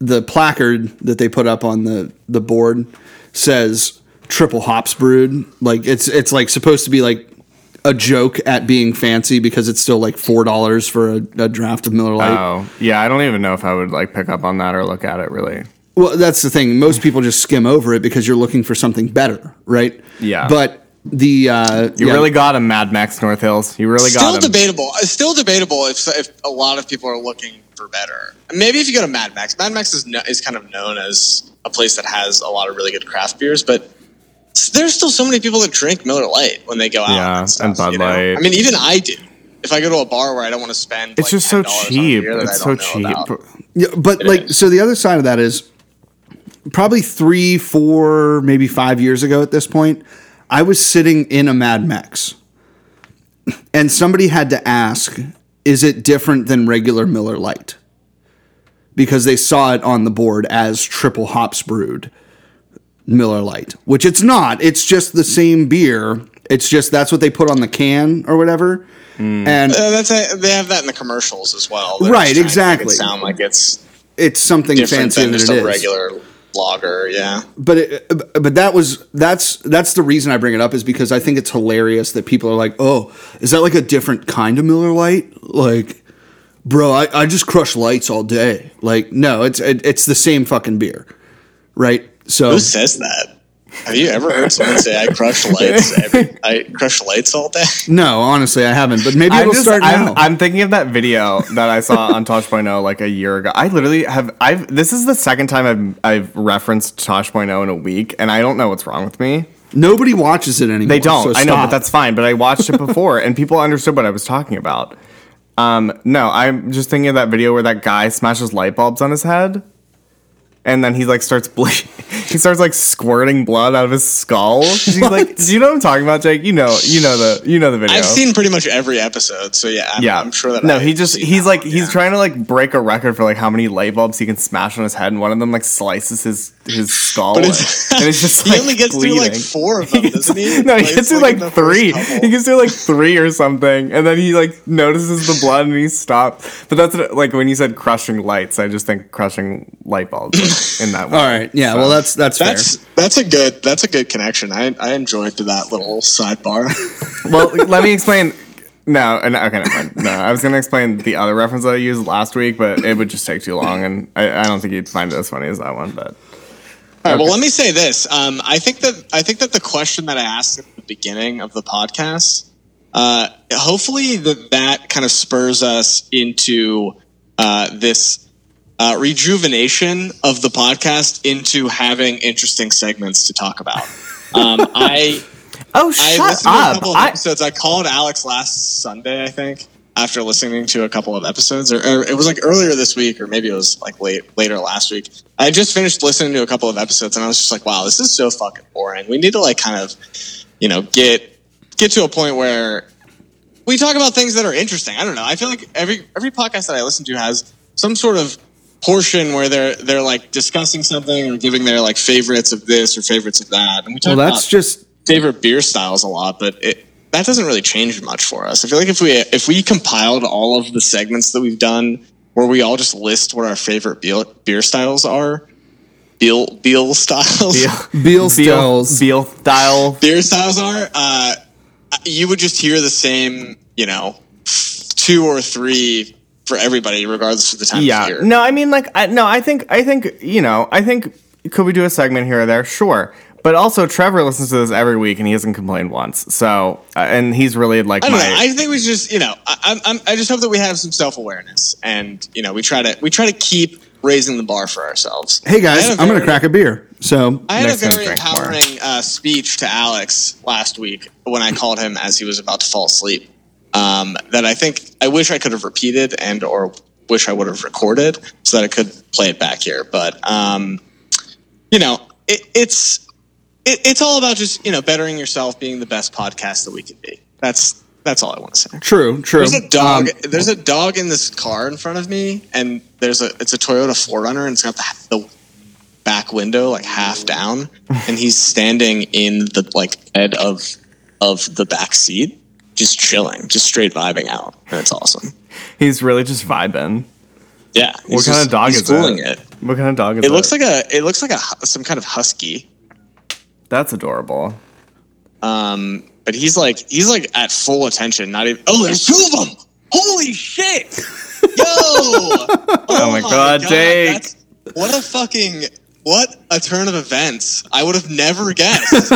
C: the placard that they put up on the the board says triple hops brewed. Like it's it's like supposed to be like a joke at being fancy because it's still like four dollars for a, a draft of Miller Lite.
B: Oh yeah, I don't even know if I would like pick up on that or look at it really.
C: Well, that's the thing. Most people just skim over it because you're looking for something better, right?
B: Yeah.
C: But the uh,
B: You really got him, Mad Max North Hills. You really
D: still
B: got him.
D: debatable. It's still debatable if if a lot of people are looking for better. Maybe if you go to Mad Max, Mad Max is no, is kind of known as a place that has a lot of really good craft beers, but s- there's still so many people that drink Miller Lite when they go out.
B: Yeah,
D: and, stuff,
B: and Bud
D: you know?
B: Light.
D: I mean, even I do. If I go to a bar where I don't want to spend,
B: it's
D: like,
B: just so
D: $10 on a
B: cheap.
D: beer that I
B: It's so
D: don't know
B: cheap.
D: about.
C: Yeah, but
D: It
C: like,
D: is.
C: so the other side of that is probably three, four, maybe five years ago at this point, I was sitting in a Mad Max and somebody had to ask, is it different than regular Miller Lite? Because they saw it on the board as triple hops brewed Miller Lite, which it's not. It's just the same beer. It's just that's what they put on the can or whatever. And
D: Uh, that's a, they have that in the commercials as well. They're
C: Right,
D: just trying to
C: exactly.
D: make It sound like it's
C: it's something
D: different
C: fancier
D: than
C: than,
D: just
C: it
D: a
C: is.
D: regular lager. Yeah.
C: but it, but that was that's that's the reason I bring it up is because I think it's hilarious that people are like, oh, is that like a different kind of Miller Light? Like, bro, I, I just crush lights all day. Like, no, it's it, it's the same fucking beer, right? So
D: Who says that? Have you ever heard someone say, "I crush lights"? Every, I crush lights all day.
C: no, honestly, I haven't. But maybe
B: I'm,
C: it'll
B: just,
C: start now.
B: I'm, I'm thinking of that video that I saw on Tosh.0 like a year ago. I literally have I've this is the second time I've I've referenced Tosh.0 in a week and I don't know what's wrong with me.
C: Nobody watches it anymore.
B: They don't.
C: so
B: I know, but
C: stop.
B: that's fine. But I watched it before and people understood what I was talking about. Um, no, I'm just thinking of that video where that guy smashes light bulbs on his head and then he like starts ble- he starts like squirting blood out of his skull. He's like, do you know what I'm talking about, Jake? You know, you know the you know the video.
D: I've seen pretty much every episode, so yeah, I'm, I'm sure that.
B: no,
D: I-
B: he just he's like he's trying to like break a record for like how many light bulbs he can smash on his head, and one of them like slices his his skull, and,
D: it's-
B: and it's just
D: he
B: like
D: only gets
B: bleeding.
D: through like four of them, doesn't he?
B: no, he
D: Plays,
B: gets through
D: in
B: like,
D: the first
B: three.
D: couple.
B: He gets through like three or something, and then he like notices the blood and he stops. But that's what, like when you said crushing lights, I just think crushing light bulbs like, in that.
C: all right. Yeah. Well, that's that's
D: That's
C: fair.
D: that's a good that's a good connection. I I enjoyed that little sidebar.
B: Well, let me explain. No, and okay, never mind. no. I was gonna explain the other reference that I used last week, but it would just take too long, and I, I don't think you'd find it as funny as that one. But
D: All right, well, let me say this. Um, I think that I think that the question that I asked at the beginning of the podcast, uh, hopefully that that kind of spurs us into uh, this uh, rejuvenation of the podcast into having interesting segments to talk about. Um, I
B: oh,
D: I
B: shut
D: listened to a
B: up!
D: couple of
B: I,
D: episodes. I called Alex last Sunday, I think, after listening to a couple of episodes, or, or it was like earlier this week, or maybe it was like late later last week. I had just finished listening to a couple of episodes, and I was just like, "Wow, this is so fucking boring." We need to like kind of, you know, get get to a point where we talk about things that are interesting. I don't know. I feel like every every podcast that I listen to has some sort of portion where they're they're like discussing something or giving their like favorites of this or favorites of that. And we talk
C: Well,
D: about
C: that's just
D: favorite beer styles a lot, but it, that doesn't really change much for us. I feel like if we if we compiled all of the segments that we've done, where we all just list what our favorite beer, beer styles are, beer beer styles,
C: Beal
B: Beal,
C: Stills.
B: Beal style.
D: beer styles are, uh, you would just hear the same, you know, two or three for everybody, regardless of the time
B: Yeah.
D: of year.
B: No, I mean, like, I, no, I think, I think, you know, I think, could we do a segment here or there? Sure. But also, Trevor listens to this every week, and he hasn't complained once. So, uh, and he's really like
D: I
B: my.
D: don't know. I think we just, you know, I, I'm- I'm, I just hope that we have some self awareness, and you know, we try to we try to keep raising the bar for ourselves.
C: Hey
D: I
C: guys,
D: had a
C: I'm gonna
D: very-
C: crack a beer. So
D: I had a
B: Next time
D: very
B: drink more.
D: empowering uh, speech to Alex last week when I called him as he was about to fall asleep. Um, that I think I wish I could have repeated and or wish I would have recorded so that I could play it back here. But um, you know, it, it's it, it's all about just you know bettering yourself, being the best podcast that we can be. That's that's all I want to say.
C: true, true.
D: There's a dog.
C: Um,
D: there's a dog in this car in front of me, and there's a. It's a Toyota 4Runner, and it's got the, the back window like half down, and he's standing in the like bed of of the back seat, just chilling, just straight vibing out, and it's awesome.
B: he's really just vibing.
D: Yeah.
B: What kind of dog is
D: schooling
B: that?
D: it?
B: What kind of dog is
D: It looks
B: that?
D: like a. It looks like a hu- some kind of husky.
B: That's adorable.
D: Um, but he's like he's like at full attention. Not even. Oh, there's two of them. Holy shit! Yo! oh,
B: my God, Jake.
D: that's- What a fucking what a turn of events! I would have never guessed.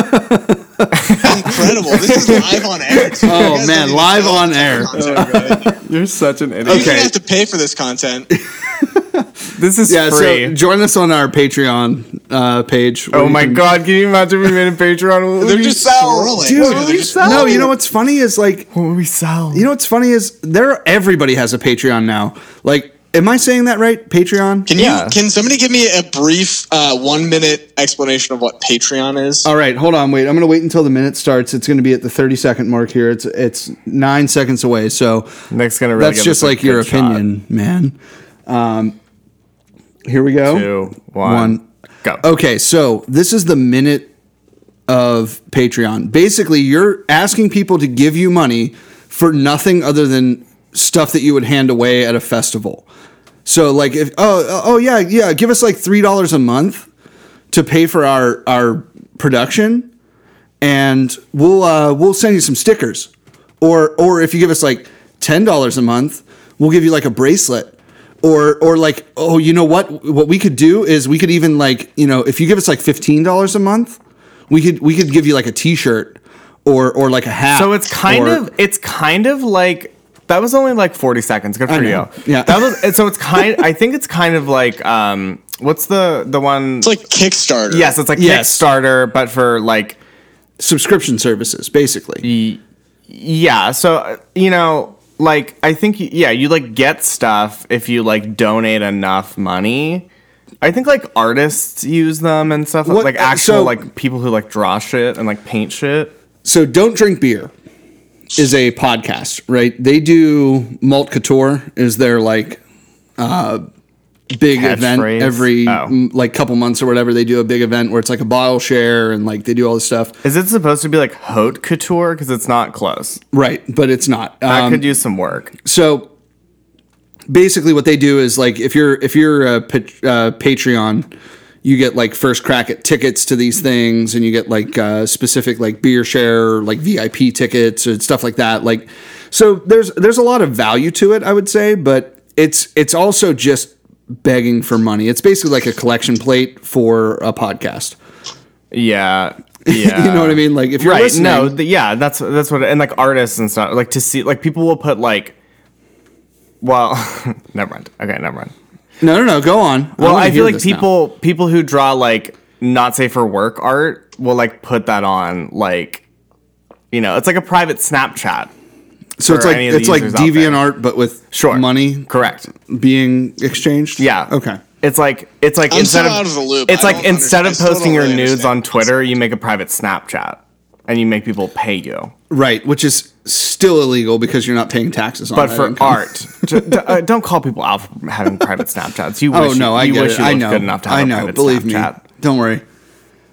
D: Incredible! This is live on air. too. You
C: Oh,
D: guys
C: man,
D: don't even
C: live
D: know
C: on
D: it's
C: air. Oh,
D: content, right?
B: You're such an idiot.
D: You
C: Okay.
D: okay. have to pay for this content.
B: This is
C: yeah,
B: free.
C: so join us on our Patreon uh, page. where
B: oh
C: you
B: my
C: can-
B: god, can you imagine if we made a Patreon? What
D: They're
B: would
D: just
B: we sell?
D: swirling.
C: Dude,
D: They're just-
C: no, you know what's funny is like
B: What would we sell?
C: you know what's funny is there everybody has a Patreon now. Like, am I saying that right? Patreon.
D: Can you?
B: Yeah.
D: Can somebody give me a brief uh, one minute explanation of what Patreon is?
C: All right, hold on, wait. I'm gonna wait until the minute starts. It's gonna be at the 30 second mark here. It's it's nine seconds away. So
B: Nick's gonna really
C: that's
B: give us
C: just
B: a
C: like your
B: good shot.
C: opinion, man. Um, here we go.
B: Two, one,
C: One.
B: go.
C: Okay, so this is the minute of Patreon. Basically, you're asking people to give you money for nothing other than stuff that you would hand away at a festival. So, like, if oh oh yeah yeah, give us like three dollars a month to pay for our our production, and we'll uh, we'll send you some stickers, or or if you give us like ten dollars a month, we'll give you like a bracelet, or or like oh you know what what we could do is we could even like you know if you give us like fifteen dollars a month, we could we could give you like a T shirt, or or like a hat.
B: So it's kind
C: or-
B: of it's kind of like that was only like 40 seconds. Good for you.
C: know. Yeah.
B: That was and so it's kind I think it's kind of like um what's the the one
D: It's like Kickstarter.
B: Yes, it's like
C: Yes.
B: Kickstarter but for like
C: subscription services basically.
B: yeah, so uh, you know like I think y- yeah, you like get stuff if you like donate enough money. I think like artists use them and stuff
C: What-
B: like
C: uh,
B: actual
C: so-
B: like people who like draw shit and like paint shit.
C: so don't drink beer is a podcast right they do malt couture is their like uh big event
B: Catchphrase?
C: every
B: Oh.
C: mm, like couple months or whatever they do a big event where it's like a bottle share and like they do all this stuff
B: Is it supposed to be like haute couture cuz it's not close.
C: right but it's not
B: That
C: um,
B: could use some work.
C: so basically what they do is like if you're if you're a pat- uh, patreon you get like first crack at tickets to these things, and you get like uh, specific like beer share, or, like VIP tickets, and stuff like that. Like, so there's there's a lot of value to it, I would say, but it's it's also just begging for money. It's basically like a collection plate for a podcast.
B: Yeah. Yeah.
C: You know what I mean? Like if you're
B: right
C: listening,
B: no th- yeah that's that's what and like artists and stuff like to see like people will put like well never mind okay never mind
C: no, no, no, go on.
B: well
C: wanna
B: i,
C: hear
B: feel like
C: this now.
B: people people who draw like not safe for work art will like put that on like you know it's like a private snapchat
C: So it's
B: for
C: like
B: any of the
C: it's like
B: users out there.
C: DeviantArt, but with
B: Sure.
C: money
B: correct
C: being exchanged.
B: yeah
C: Okay.
B: it's like it's like
E: I'm
B: instead
E: so
B: of,
E: out of the loop.
B: it's
E: I
B: like
E: don't
B: instead
E: understand- I
B: of
E: still
B: posting
E: don't
B: your
E: really
B: nudes on
E: understand.
B: twitter you make a private snapchat and you make people pay you
C: Right, which is still illegal because you're not paying taxes on
B: But
C: that
B: for
C: income.
B: art, d- d- uh, don't call people out for having private Snapchats. You
C: Oh
B: wish
C: no,
B: you,
C: I
B: you
C: get
B: wish
C: it.
B: you
C: I
B: looked
C: know.
B: good enough to have
C: I
B: a
C: know.
B: private
C: Believe
B: Snapchat.
C: me. Don't worry.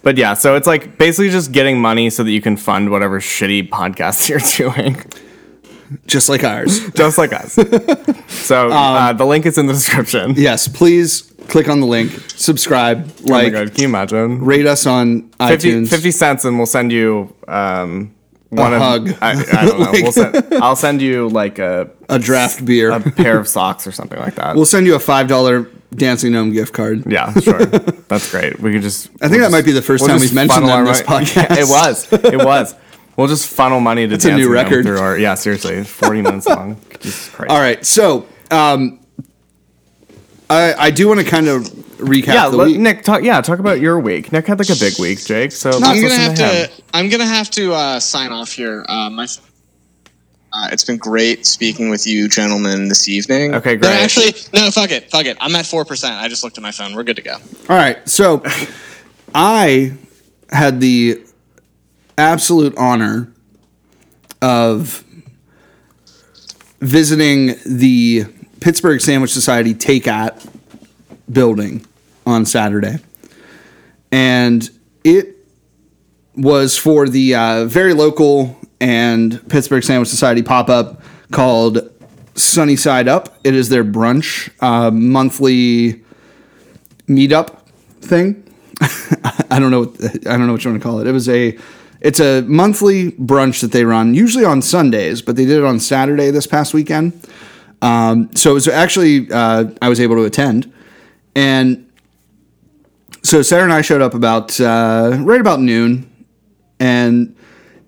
B: But yeah, so it's like basically just getting money so that you can fund whatever shitty podcasts you're doing,
C: Just like ours.
B: just like us.
C: Um,
B: so uh, the link is in the description.
C: yes, please click on the link, subscribe,
B: oh my
C: like,
B: god, can you imagine?
C: rate us on
B: 50,
C: iTunes.
B: 50 cents, and we'll send you um, one of
C: hug.
B: I, I don't know.
C: Like-
B: we'll send, I'll send you like a
C: a draft beer.
B: a pair of socks or something like that.
C: we'll send you a five dollar dancing gnome gift card.
B: Yeah, sure. That's great. We could just.
C: I think that might be the first time
B: just
C: we've mentioned
B: funnel
C: that in
B: our
C: this
B: money-
C: podcast.
B: it was. It was. We'll just funnel money to
C: a
B: Dancing
C: new
B: Gnome
C: record.
B: Through our, yeah, seriously, forty minutes long. Jesus Christ.
C: All right, so um, I I do want to kind of recap
B: Yeah,
C: the
B: let-
C: week.
B: Nick. Talk, yeah, talk about your week. Nick had like a big week, Jake. So
E: I'm
B: let's
E: gonna
B: listen
E: have
B: him.
E: to. I'm gonna have to uh, sign off here. Uh, my. Uh, it's been great speaking with you, gentlemen, this evening.
B: Okay,
E: No,
B: great.
E: actually, no, fuck it, fuck it. I'm at four percent. I just looked at my phone. We're good to go.
C: All right. So I had the absolute honor of visiting the Pittsburgh Sandwich Society Take At building on Saturday. And it was for the uh, very local and Pittsburgh Sandwich Society pop up called Sunny Side Up. It is their brunch uh, monthly meetup thing. I don't know. What, I don't know what you want to call it. It was a. It's a monthly brunch that they run, usually on Sundays, but they did it on Saturday this past weekend. Um, so it was actually uh, I was able to attend, and so Sarah and I showed up about uh, right about noon, and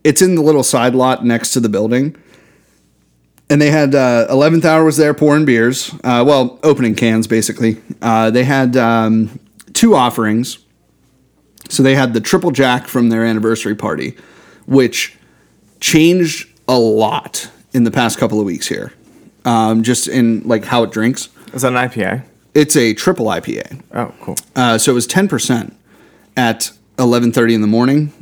C: it's in the little side lot next to the building. And they had uh, 11th Hour was there pouring beers, uh, well, opening cans basically. Uh, they had um, two offerings. So they had the Triple Jack from their anniversary party, which changed a lot in the past couple of weeks here, um, just in like how it drinks.
B: Is that an IPA?
C: It's a triple IPA.
B: Oh, cool.
C: Uh, so it was ten percent at eleven thirty in the morning.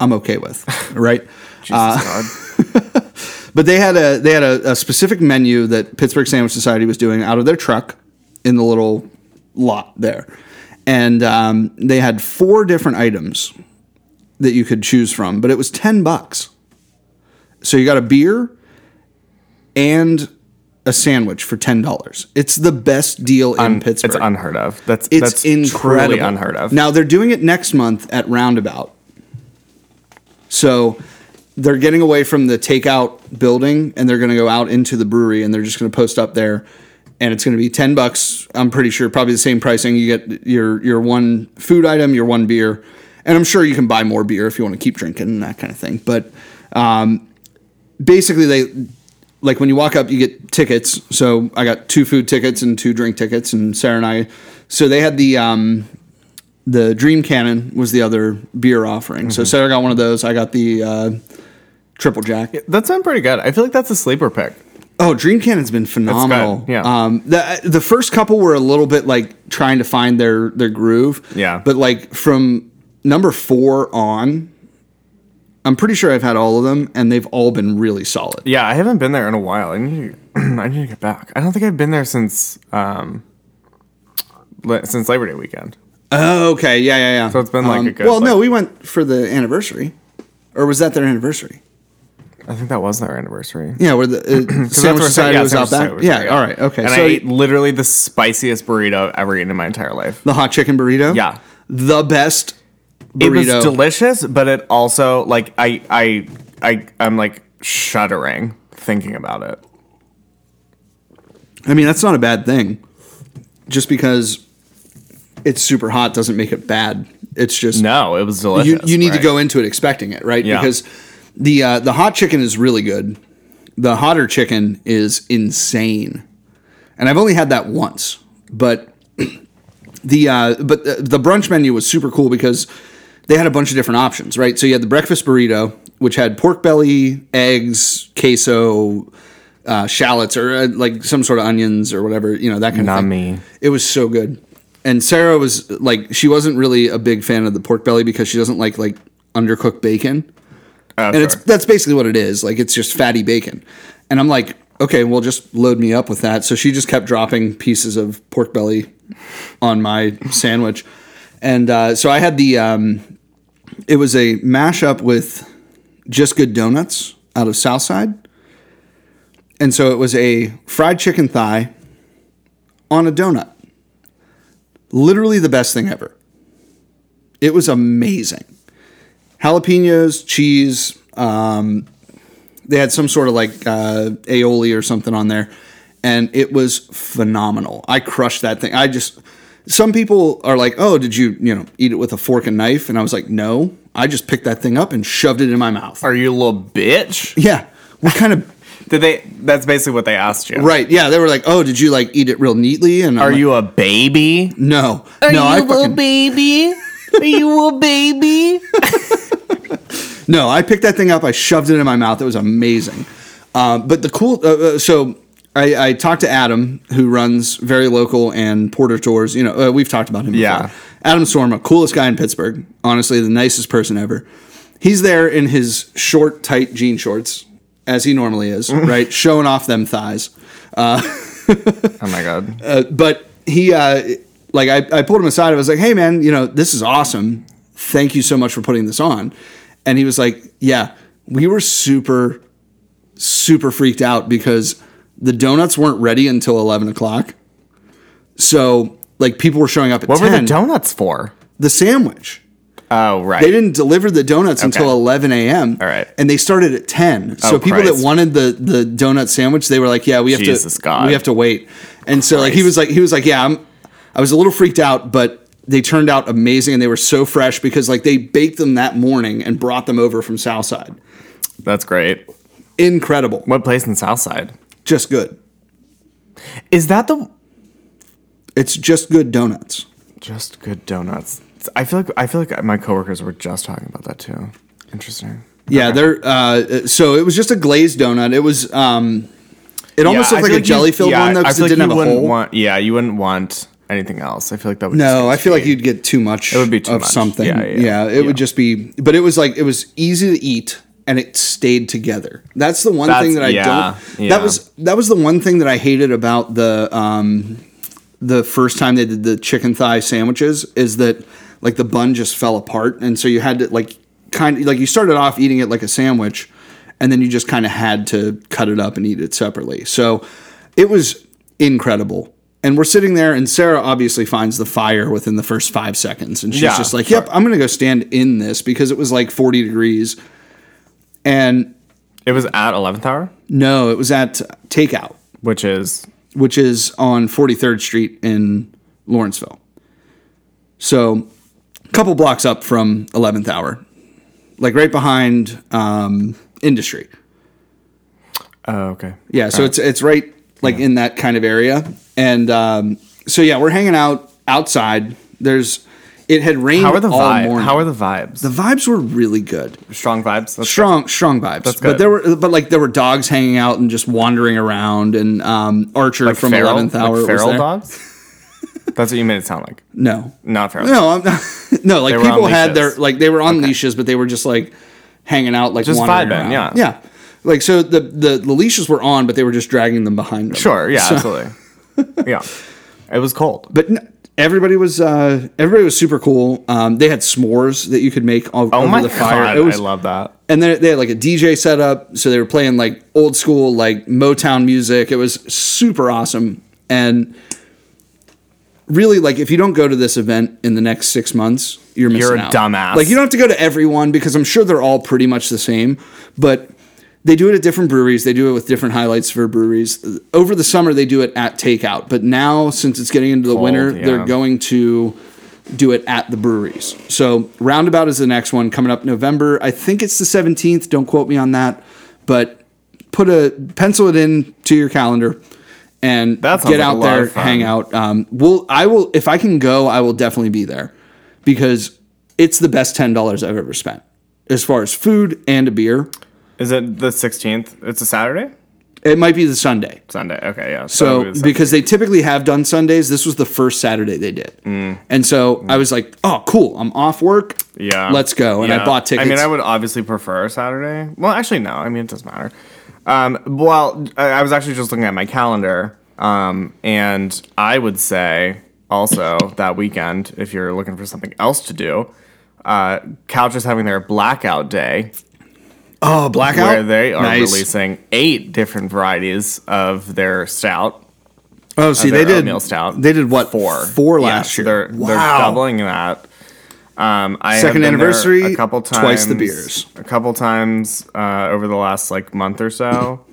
C: I'm okay with, right?
B: Jesus
C: uh,
B: God.
C: But they had a they had a, a specific menu that Pittsburgh Sandwich Society was doing out of their truck in the little lot there, and um, they had four different items that you could choose from. But it was ten bucks, so you got a beer and a sandwich for ten dollars. It's the best deal in Pittsburgh.
B: It's unheard of. That's
C: It's
B: that's
C: incredible.
B: truly unheard of.
C: Now they're doing it next month at Roundabout. So they're getting away from the takeout building and they're going to go out into the brewery and they're just going to post up there and it's going to be 10 bucks. I'm pretty sure probably the same pricing you get your your one food item, your one beer. And I'm sure you can buy more beer if you want to keep drinking and that kind of thing. But um, basically they like when you walk up you get tickets so i got two food tickets and two drink tickets and sarah and i so they had the um the dream cannon was the other beer offering so
B: Mm-hmm.
C: sarah got one of those i got the uh triple jack
B: that's been pretty good. I feel like that's a sleeper pick.
C: oh dream cannon's been phenomenal
B: yeah.
C: um the, the first couple were a little bit like trying to find their their groove
B: Yeah.
C: but like from number four on i'm pretty sure i've had all of them and they've all been really solid
B: Yeah, I haven't been there in a while. I need to, I need to get back. I don't think I've been there since um li- since Labor Day weekend.
C: Oh, okay. Yeah, yeah, yeah. So
B: it's been like a good,
C: Well, no,
B: like-
C: we went for the anniversary, or was that their anniversary?
B: I think that was our anniversary.
C: Yeah, where the uh,
B: So that's
C: sandwich
B: where-
C: society
B: yeah,
C: was
B: Sandwich
C: out back.
B: Society was
C: yeah.
B: there,
C: All right. Okay.
B: And
C: so
B: I ate literally the spiciest burrito I've ever eaten in my entire life.
C: the hot chicken burrito.
B: Yeah.
C: the best
B: It was
C: burrito.
B: delicious, but it also like I I I I'm like shuddering thinking about it.
C: I mean, that's not a bad thing. Just because it's super hot doesn't make it bad. It's just
B: No, it was
C: you,
B: delicious.
C: you need to
B: right?
C: go into it expecting it, right?
B: Yeah.
C: Because the uh, the hot chicken is really good. The hotter chicken is insane, and I've only had that once. But the uh, but the, the brunch menu was super cool because they had a bunch of different options, right? So you had the breakfast burrito, which had pork belly, eggs, queso. Uh, shallots or uh, like some sort of onions or whatever you know that kind
B: Not
C: of thing.
B: me.
C: It was so good. And Sarah was like, she wasn't really a big fan of the pork belly because she doesn't like like undercooked bacon,
B: Oh,
C: and it's
B: sure.
C: that's basically what it is. Like it's just fatty bacon, and I'm like, okay, well just load me up with that. So she just kept dropping pieces of pork belly on my sandwich, and uh, so I had the um, it was a mashup with just good donuts out of Southside, and so it was a fried chicken thigh on a donut. Literally the best thing ever. It was amazing. Jalapenos, cheese. Um, they had some sort of like uh, aioli or something on there, and it was phenomenal. I crushed that thing. I just. Some people are like, "Oh, did you you know eat it with a fork and knife?" And I was like, "No, I just picked that thing up and shoved it in my mouth."
B: Are you a little bitch?
C: Yeah, what kind of
B: Did they? That's basically what they asked you.
C: right? Yeah, they were like, "Oh, did you like eat it real neatly?" And I'm
B: Are
C: like,
B: you a baby?
C: no? no, I fucking,
B: baby? Are you a baby?
C: No, I picked that thing up. I shoved it in my mouth. It was amazing. Um, but the cool, uh, uh, so I, I talked to Adam, who runs very local and Porter Tours. You know, uh, we've talked about him.
B: Yeah.
C: before. Adam Sorma, coolest guy in Pittsburgh. Honestly, the nicest person ever. He's there in his short, tight jean shorts, as he normally is, right, showing off them thighs.
B: Oh my god.
C: but he uh, like I, I pulled him aside. I was like, "Hey, man, you know this is awesome. Thank you so much for putting this on." And he was like, "Yeah, we were super, super freaked out because the donuts weren't ready until eleven o'clock. So like people were showing up at
B: what
C: 10.
B: were the donuts for?
C: The sandwich."
B: Oh right.
C: They didn't deliver the donuts until 11 a.m.
B: All right.
C: and they started at 10. So
B: Oh,
C: people
B: Christ.
C: that wanted the the donut sandwich, they were like, "Yeah, we have
B: Jesus
C: to,
B: God.
C: we have to wait." And so like he
B: Christ.
C: was like he was like, "Yeah, I'm, I was a little freaked out, but they turned out amazing and they were so fresh because like they baked them that morning and brought them over from Southside.
B: That's great.
C: Incredible,
B: What place in Southside?
C: just good.
B: Is that the
C: It's just good donuts.
B: just good donuts? I feel like I feel like my coworkers were just talking about that too. Interesting.
C: Yeah, they're uh, so it was just a glazed donut. It was um, it almost
B: Yeah, I
C: looked like
B: feel
C: a
B: you-
C: jelly filled
B: yeah,
C: one though
B: I
C: because
B: feel
C: it
B: like you
C: didn't have a
B: wouldn't
C: hole.
B: Want, yeah, you wouldn't want anything else. I feel like that would.
C: No, I
B: just get
C: feel like
B: shitty.
C: you'd get too much. It
B: would be too
C: of
B: much.
C: something.
B: Yeah,
C: Yeah,
B: yeah, yeah.
C: it
B: Yeah.
C: would just be. But it was like it was easy to eat, and it stayed together. That's the one
B: That's-
C: thing that I
B: yeah,
C: don't.
B: yeah.
C: That was that was the one thing that I hated about the um, the first time they did the chicken thigh sandwiches is that like the bun just fell apart, and so you had to like kind of like you started off eating it like a sandwich, and then you just kind of had to cut it up and eat it separately. So it was incredible. And we're sitting there, and Sarah obviously finds the fire within the first five seconds, and she's
B: Yeah,
C: just like, "Yep, I'm gonna go stand in this because it was like 40 degrees." And
B: It was at eleventh hour,
C: no, it was at Takeout,
B: which is
C: which is on 43rd Street in Lawrenceville. So, a couple blocks up from 11th Hour, like right behind um, Industry.
B: oh okay.
C: Yeah, so it's it's right like in that kind of area, and um, so yeah, we're hanging out outside. There's it had rained
B: How are the
C: all
B: vibes?
C: morning.
B: How are the vibes?
C: the vibes were really good,
B: strong vibes. That's
C: strong strong vibes.
B: good.
C: But there were but like there were dogs hanging out and just wandering around, and um, Archer
B: like
C: from
B: feral,
C: Eleventh Hour
B: like
C: was
B: feral
C: there.
B: dogs. That's what you made it sound like.
C: No,
B: Not feral.
C: no, I'm no. Like
B: They were on
C: people had their
B: leashes.
C: like they were on leashes, but they were just like hanging out, like
B: Just vibing,
C: wandering around.
B: yeah.
C: yeah. Like so, the, the the leashes were on, but they were just dragging them behind them.
B: Sure. Yeah.
C: So-
B: Absolutely. yeah. It was cold.
C: but n everybody was uh, everybody was super cool. Um, they had s'mores that you could make all,
B: Oh
C: over
B: my
C: the fire.
B: god!
C: it was,
B: I love that.
C: and then they had like a DJ set up, so they were playing like old school like Motown music. It was super awesome, and really like if you don't go to this event in the next six months, you're missing
B: You're a
C: out.
B: dumbass.
C: Like you don't have to go to everyone because I'm sure they're all pretty much the same, but they do it at different breweries. They do it with different highlights for breweries. Over the summer, they do it at takeout, but now since it's getting into the
B: Cold,
C: winter,
B: yeah.
C: they're going to do it at the breweries. So Roundabout is the next one coming up November. I think it's the 17th. Don't quote me on that, but put a pencil it in to your calendar and
B: That sounds
C: get
B: like a
C: out
B: lot
C: there,
B: of fun.
C: hang out. Um, we'll I will if I can go, I will definitely be there because it's the best ten dollars I've ever spent as far as food and a beer.
B: Is it the 16th? It's a Saturday?
C: It might be the Sunday.
B: Sunday. Okay, yeah. it'll
C: So
B: be the Sunday.
C: because they typically have done Sundays, this was the first Saturday they did,
B: Mm.
C: and so I was like, "Oh, cool! I'm off work.
B: Yeah.
C: let's go." And I
B: Yeah.
C: bought tickets.
B: I mean, I would obviously prefer a Saturday. Well, actually, no. I mean, it doesn't matter. Um, well, I I was actually just looking at my calendar, um, and I would say also that weekend, if you're looking for something else to do, uh, Couch is having their blackout day
C: oh, blackout!
B: where they are
C: Nice.
B: releasing eight different varieties of their stout.
C: Oh, see,
B: their
C: they did.
B: oatmeal stout.
C: They did what
B: Four,
C: four
B: Yeah,
C: last
B: so They're,
C: year.
B: they're doubling that. Um, I have been
C: Second
B: there
C: anniversary,
B: a couple times,
C: twice the beers.
B: a couple times uh, over the last like month or so,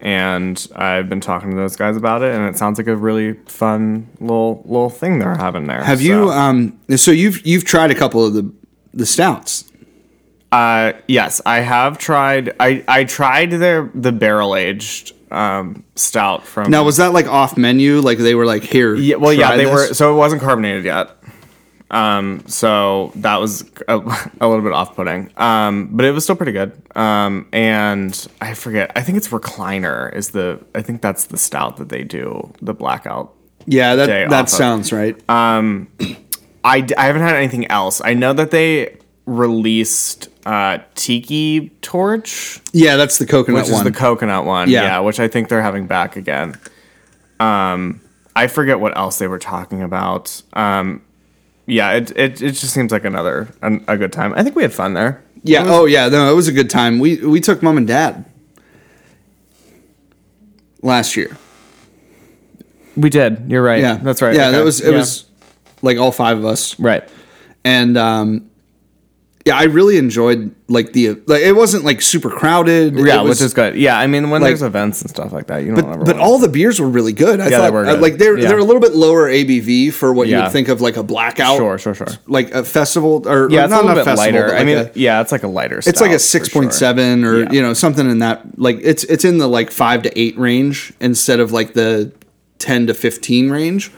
B: and I've been talking to those guys about it, and it sounds like a really fun little little thing they're having there.
C: Have you? Um, so you've you've tried a couple of the the stouts.
B: Uh, yes, I have tried. I I tried their the barrel aged um, stout from
C: Now was that like off menu? Like they were like here.
B: Yeah, well, yeah,
C: try
B: they were.
C: this?
B: So it wasn't carbonated yet. Um, so that was a, a little bit off-putting. Um, but it was still pretty good. Um, and I forget. I think it's recliner is the. I think that's the stout that they do the blackout.
C: Yeah,
B: day
C: that
B: off
C: that
B: of- Uh,
C: sounds right.
B: I d- I haven't had anything else. I know that they released uh, Tiki Torch.
C: yeah, that's the coconut
B: which
C: one.
B: is the coconut one. Yeah.
C: Yeah.
B: which I think they're having back again. Um, I forget what else they were talking about. Um, yeah, it, it it just seems like another an, a good time. I think we had fun there.
C: yeah. Oh yeah. No, it was a good time. We we took mom and dad last year.
B: We did. You're right.
C: Yeah,
B: that's right.
C: Yeah,
B: Okay.
C: that was it.
B: Yeah.
C: Was like all five of us,
B: right.
C: and um, yeah, I really enjoyed like the like it wasn't like super crowded.
B: Yeah,
C: it was,
B: which is good. Yeah, I mean when
C: like-
B: there's events and stuff like that, you don't. ever
C: But
B: wanna-
C: all the beers were really good. I
B: Yeah, they
C: thought
B: were
C: uh,
B: good.
C: like they're
B: Yeah.
C: they're a little bit lower ABV for what you
B: Yeah.
C: would think of like a blackout.
B: sure, sure, sure.
C: Like a festival or
B: Yeah,
C: or
B: it's
C: not,
B: a little
C: not
B: bit
C: festival,
B: lighter.
C: but
B: I
C: like
B: mean,
C: a-
B: yeah, it's like a lighter.
C: it's like a six point seven or
B: Yeah.
C: you know something in that like it's it's in the like five to eight range instead of like the ten to fifteen range.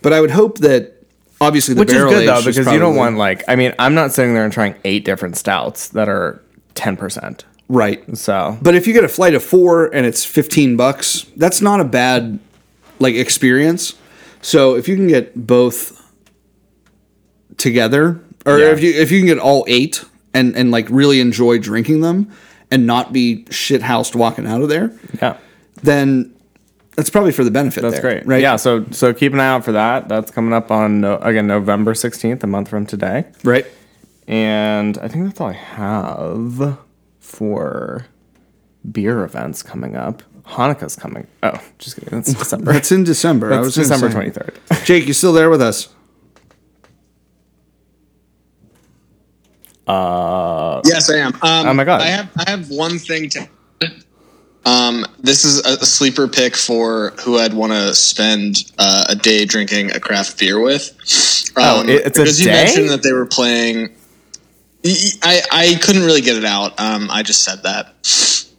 C: But I would hope that obviously the
B: which is
C: barrel
B: good though
C: aged was
B: because you don't
C: probably-
B: want like. I mean, I'm not sitting there and trying eight different stouts that are ten percent.
C: right.
B: So
C: But if you get a flight of four and it's fifteen bucks, that's not a bad like experience. So if you can get both together, or
B: Yeah.
C: if you if you can get all eight and and like really enjoy drinking them and not be shit housed walking out of there,
B: yeah.
C: then that's probably for the benefit.
B: That's
C: there,
B: great.
C: right?
B: Yeah. So so keep an eye out for that. That's coming up on no, again November sixteenth, a month from today.
C: right.
B: And I think that's all I have for beer events coming up. Hanukkah's coming. Oh, just kidding. That's December.
C: That's in December. I
B: That's
C: was gonna
B: December
C: say.
B: twenty third.
C: Jake, you still there with us?
E: Yes, I am. Um,
B: Oh my God.
E: I have I have one thing to. Um, this is a sleeper pick for who I'd want to spend uh, a day drinking a craft beer with. Um,
B: Oh, it- it's a
E: because you
B: day?
E: mentioned that they were playing. I, I couldn't really get it out. Um, I just said that.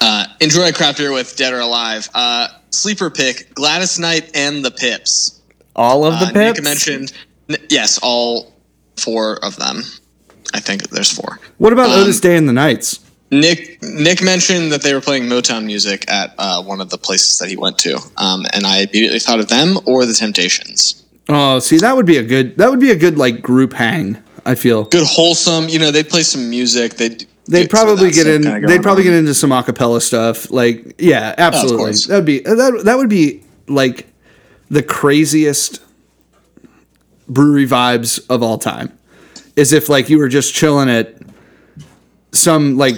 E: Uh, enjoy a craft beer with Dead or Alive. Uh, sleeper pick: Gladys Knight and the Pips.
B: All of the
E: Uh,
B: pips.
E: Nick mentioned n- yes, all four of them. I think there's four.
C: What about
E: Um,
C: Otis Day and the Nights?
E: Nick Nick mentioned that they were playing Motown music at uh, one of the places that he went to, um, and I immediately thought of them or the Temptations.
C: Oh, see, that would be a good that would be a good like group hang. I feel
E: Good wholesome, you know. They play some music. They
C: They'd probably get in. They'd probably get into some acapella stuff. Like, yeah, absolutely.
E: course.
C: That'd be that. That would be like the craziest brewery vibes of all time. Is if like you were just chilling at some like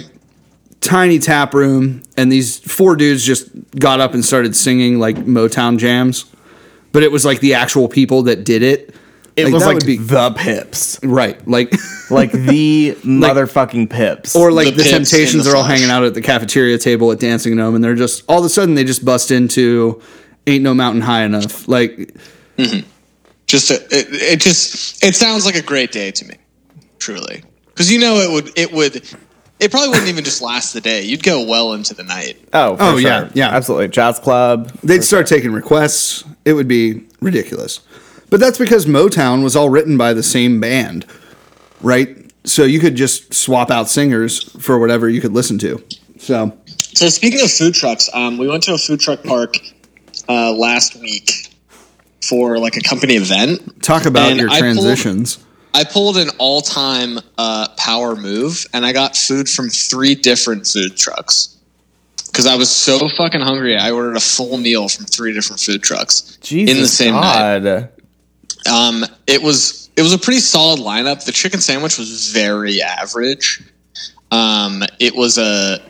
C: tiny tap room, and these four dudes just got up and started singing like Motown jams. but it was like the actual people that did it.
B: It
C: Like,
B: was
C: that
B: like
C: would be-
B: the Pips,
C: Right. Like
B: like the motherfucking Pips.
C: or like
D: The
C: the,
D: pits in
C: Temptations
D: the
C: are all
D: flesh.
C: hanging out at the cafeteria table at Dancing Gnome, and they're just all of a sudden they just bust into "Ain't No Mountain High Enough." Like,
D: Just a, it, it just it sounds like a great day to me, truly. Because you know it would it would it probably wouldn't even just last the day. You'd go well into the night.
B: oh, for
C: Oh,
B: sure.
C: yeah, yeah.
B: absolutely. Jazz club.
C: they'd start taking requests. It would be ridiculous. But that's because Motown was all written by the same band, right? So you could just swap out singers for whatever you could listen to. So
D: So speaking of food trucks, um, we went to a food truck park uh, last week for like a company event.
C: talk about
D: And
C: your
D: I pulled-
C: transitions.
D: I pulled an all-time uh, power move, and I got food from three different food trucks because I was so fucking hungry. I ordered a full meal from three different food trucks
B: Jesus
D: in the same night.
B: God.
D: Um, it was it was a pretty solid lineup. The chicken sandwich was very average. Um, it was a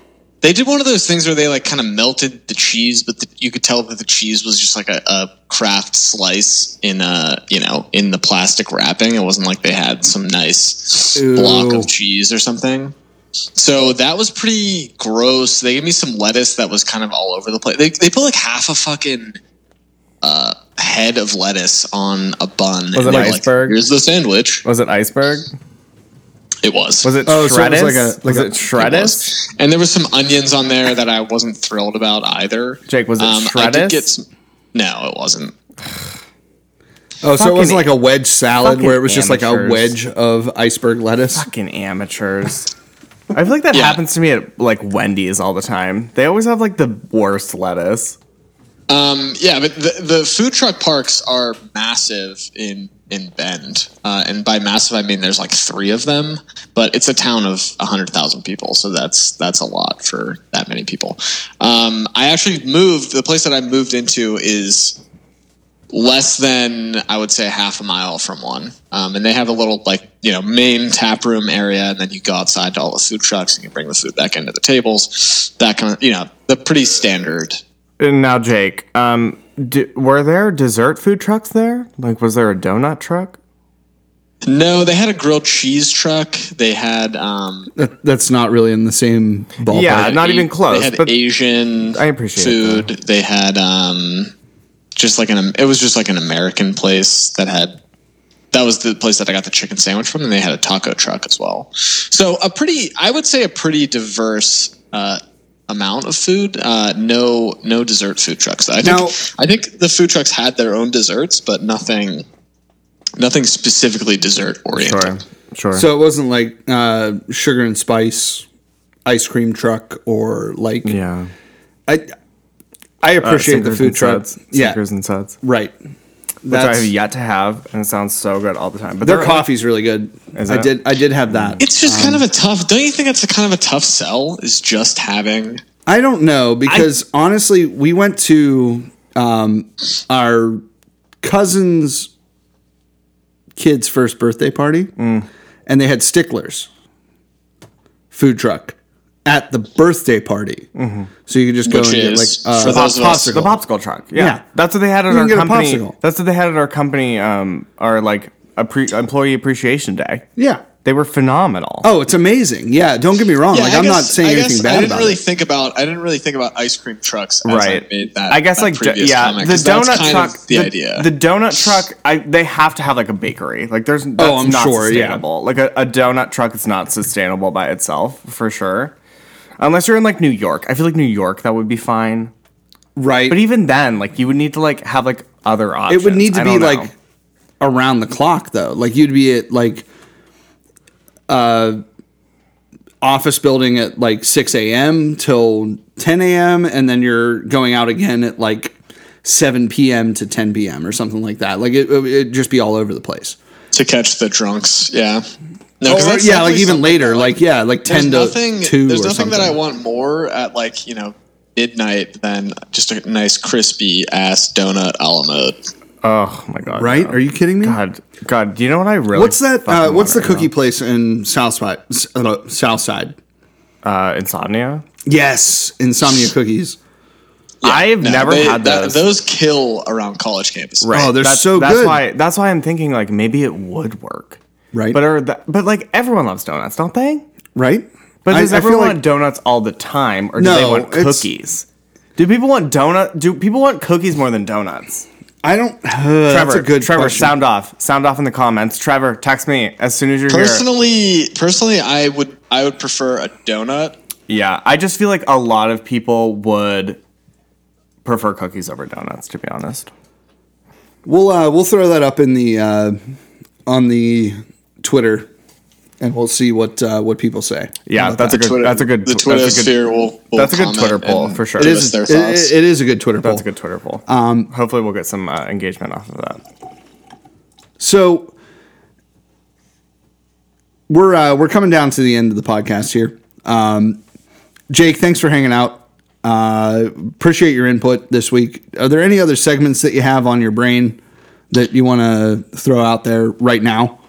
D: they did one of those things where they like kind of melted the cheese, but the, you could tell that the cheese was just like a, a craft slice in a you know in the plastic wrapping. It wasn't like they had some nice
C: Ew.
D: block of cheese or something. So that was pretty gross. They gave me some lettuce that was kind of all over the place. They, they put like half a fucking uh, head of lettuce on a bun. and
B: it
D: they were
B: iceberg?
D: Here's the sandwich.
B: Was it iceberg?
D: It was.
B: Was it
C: Oh,
B: oh,
C: so it was
B: shredded?
C: like a- like
B: was
C: a-
B: it shredded?
D: And there was some onions on there that I wasn't thrilled about either. Um,
B: Jake, was it
D: I did
B: shredded?
D: get some- no, it wasn't.
C: Oh, so it was
B: Fucking-
C: like a wedge salad
B: fucking
C: where it was just like a
B: amateurs.
C: wedge of iceberg lettuce.
B: Fucking amateurs. I feel like that
D: Yeah.
B: happens to me at like Wendy's all the time. They always have like the worst lettuce.
D: Um, yeah, but the, the food truck parks are massive in in Bend, uh, and by massive I mean there's like three of them. But it's a town of hundred thousand people, so that's that's a lot for that many people. Um, I actually moved. The place that I moved into is less than I would say half a mile from one, um, and they have a little like you know main tap room area, and then you go outside to all the food trucks and you bring the food back into the tables. That kind of you know the pretty standard
B: And now, Jake, um, d were there dessert food trucks there? Like, was there a donut truck?
D: No, they had a grilled cheese truck. They had um
C: That, that's not really in the same ballpark.
B: Yeah, not
D: A-
B: even close.
D: They had
B: but
D: Asian
B: I appreciate
D: food. They had um just like an it was just like an American place that had that was the place that I got the chicken sandwich from and they had a taco truck as well. So a pretty I would say a pretty diverse uh amount of food uh no no dessert food trucks i think
C: Now-
D: i think the food trucks had their own desserts but nothing nothing specifically dessert
B: sure,
D: oriented
B: sure.
C: So it wasn't like uh, sugar and spice ice cream truck or like
B: yeah, Uh,
C: I I appreciate the
B: Sinkers
C: food
B: and
C: truck.
B: Suds.
C: Yeah,
B: Sinkers and suds, which
C: right.
B: I have
C: That's,
B: yet to have, and it sounds so good all the time. But
C: their
B: they're-
C: coffee's really good.
B: Is
C: I
B: it?
C: did I did have that.
D: It's just kind of
C: Um,
D: a tough. Don't you think that's a kind of a tough sell? Is just having
C: I don't know because honestly, we went to um, our cousin's kid's first birthday party, and they had Sticklers food truck at the birthday party. So you could just go
D: Which
C: and get like
D: is,
C: uh,
D: for those of us-
B: the popsicle truck. Yeah.
C: Yeah.
B: that's what they had at
C: You
B: our
C: can get a
B: company.
C: popsicle.
B: That's what they had at our company. Um, our like a pre- employee appreciation day.
C: yeah.
B: They were phenomenal.
C: Oh, it's amazing. Yeah, don't get me wrong. like
D: I
C: I'm
D: guess-
C: not saying
D: I guess
C: anything
D: I
C: bad
D: didn't
C: about
D: really
C: it.
D: think about. I didn't really think about ice cream trucks. As
B: right.
D: I, made that,
B: I guess
D: that
B: like d-
D: previous
B: yeah,
D: comment,
B: the
D: 'cause that's
B: donut
D: kind
B: truck.
D: of The, idea.
B: The donut truck. I they have to have like a bakery. Like there's that's
C: Oh, I'm
B: not
C: sure, yeah.
B: sustainable. Like a, a donut truck is not sustainable by itself for sure. Unless you're in like New York, I feel like New York that would be fine.
C: Right.
B: But even then, like you would need to like have like other options.
C: it would need
B: I
C: to be
B: don't know.
C: like around the clock though like you'd be at like uh office building at like 6 a.m till 10 a.m and then you're going out again at like 7 p.m to 10 p.m or something like that like it, it, it'd just be all over the place
D: to catch the drunks. Yeah. No,
C: or,
D: 'cause that's
C: yeah like
D: definitely
C: even
D: something
C: later
D: that,
C: like yeah like 10 to
D: there's nothing,
C: 2
D: There's
C: or
D: nothing
C: something
D: that I want more at like you know midnight than just a nice crispy ass donut a la mode.
B: oh my god,
C: right
B: no.
C: are you kidding me
B: God, God, do you know what I really?
C: what's that uh,
B: fucking
C: what's the
B: want
C: cookie
B: right
C: place in south side uh, south side
B: now? Uh, insomnia.
C: yes insomnia cookies
B: I've
E: No,
B: never
E: they-
B: had
E: that-
B: those.
E: those kill around college campuses.
B: Right.
C: Oh, they're
B: that's,
C: so
B: that's
C: good.
B: Why, that's why I'm thinking like maybe it would work.
C: Right.
B: But are the, but like everyone loves donuts, don't they?
C: right?
B: But
C: I-
B: does
C: I feel
B: everyone
C: like-
B: want donuts all the time, or do they
C: No,
B: want
C: it's-
B: cookies? Do people want donut? Do people want cookies more than donuts?
C: I don't.
B: Trevor,
C: Uh, that's a good
B: Trevor,
C: question.
B: sound off, sound off in the comments. Trevor, text me as soon as you're
E: Personally, personally, I would I would prefer a donut.
B: here. Yeah, I just feel like a lot of people would prefer cookies over donuts. To be honest,
C: We'll uh, we'll throw that up in the uh, on the Twitter, and we'll see what uh, what people say.
B: yeah,
C: about
B: that's a
C: that.
B: good, that's a good,
E: The
B: that's a good-
E: Twitter sphere will, will.
B: that's a good
E: comment
B: Twitter poll,
E: and
B: for sure.
E: give
C: It
E: us
C: is,
E: their
C: it-
E: thoughts.
C: it is a good Twitter poll.
B: That's a good Twitter poll. Um, Hopefully, we'll get some uh, engagement off of that.
C: So we're uh, we're coming down to the end of the podcast here. Um, Jake, thanks for hanging out. Uh, appreciate your input this week. Are there any other segments that you have on your brain that you want to throw out there right now?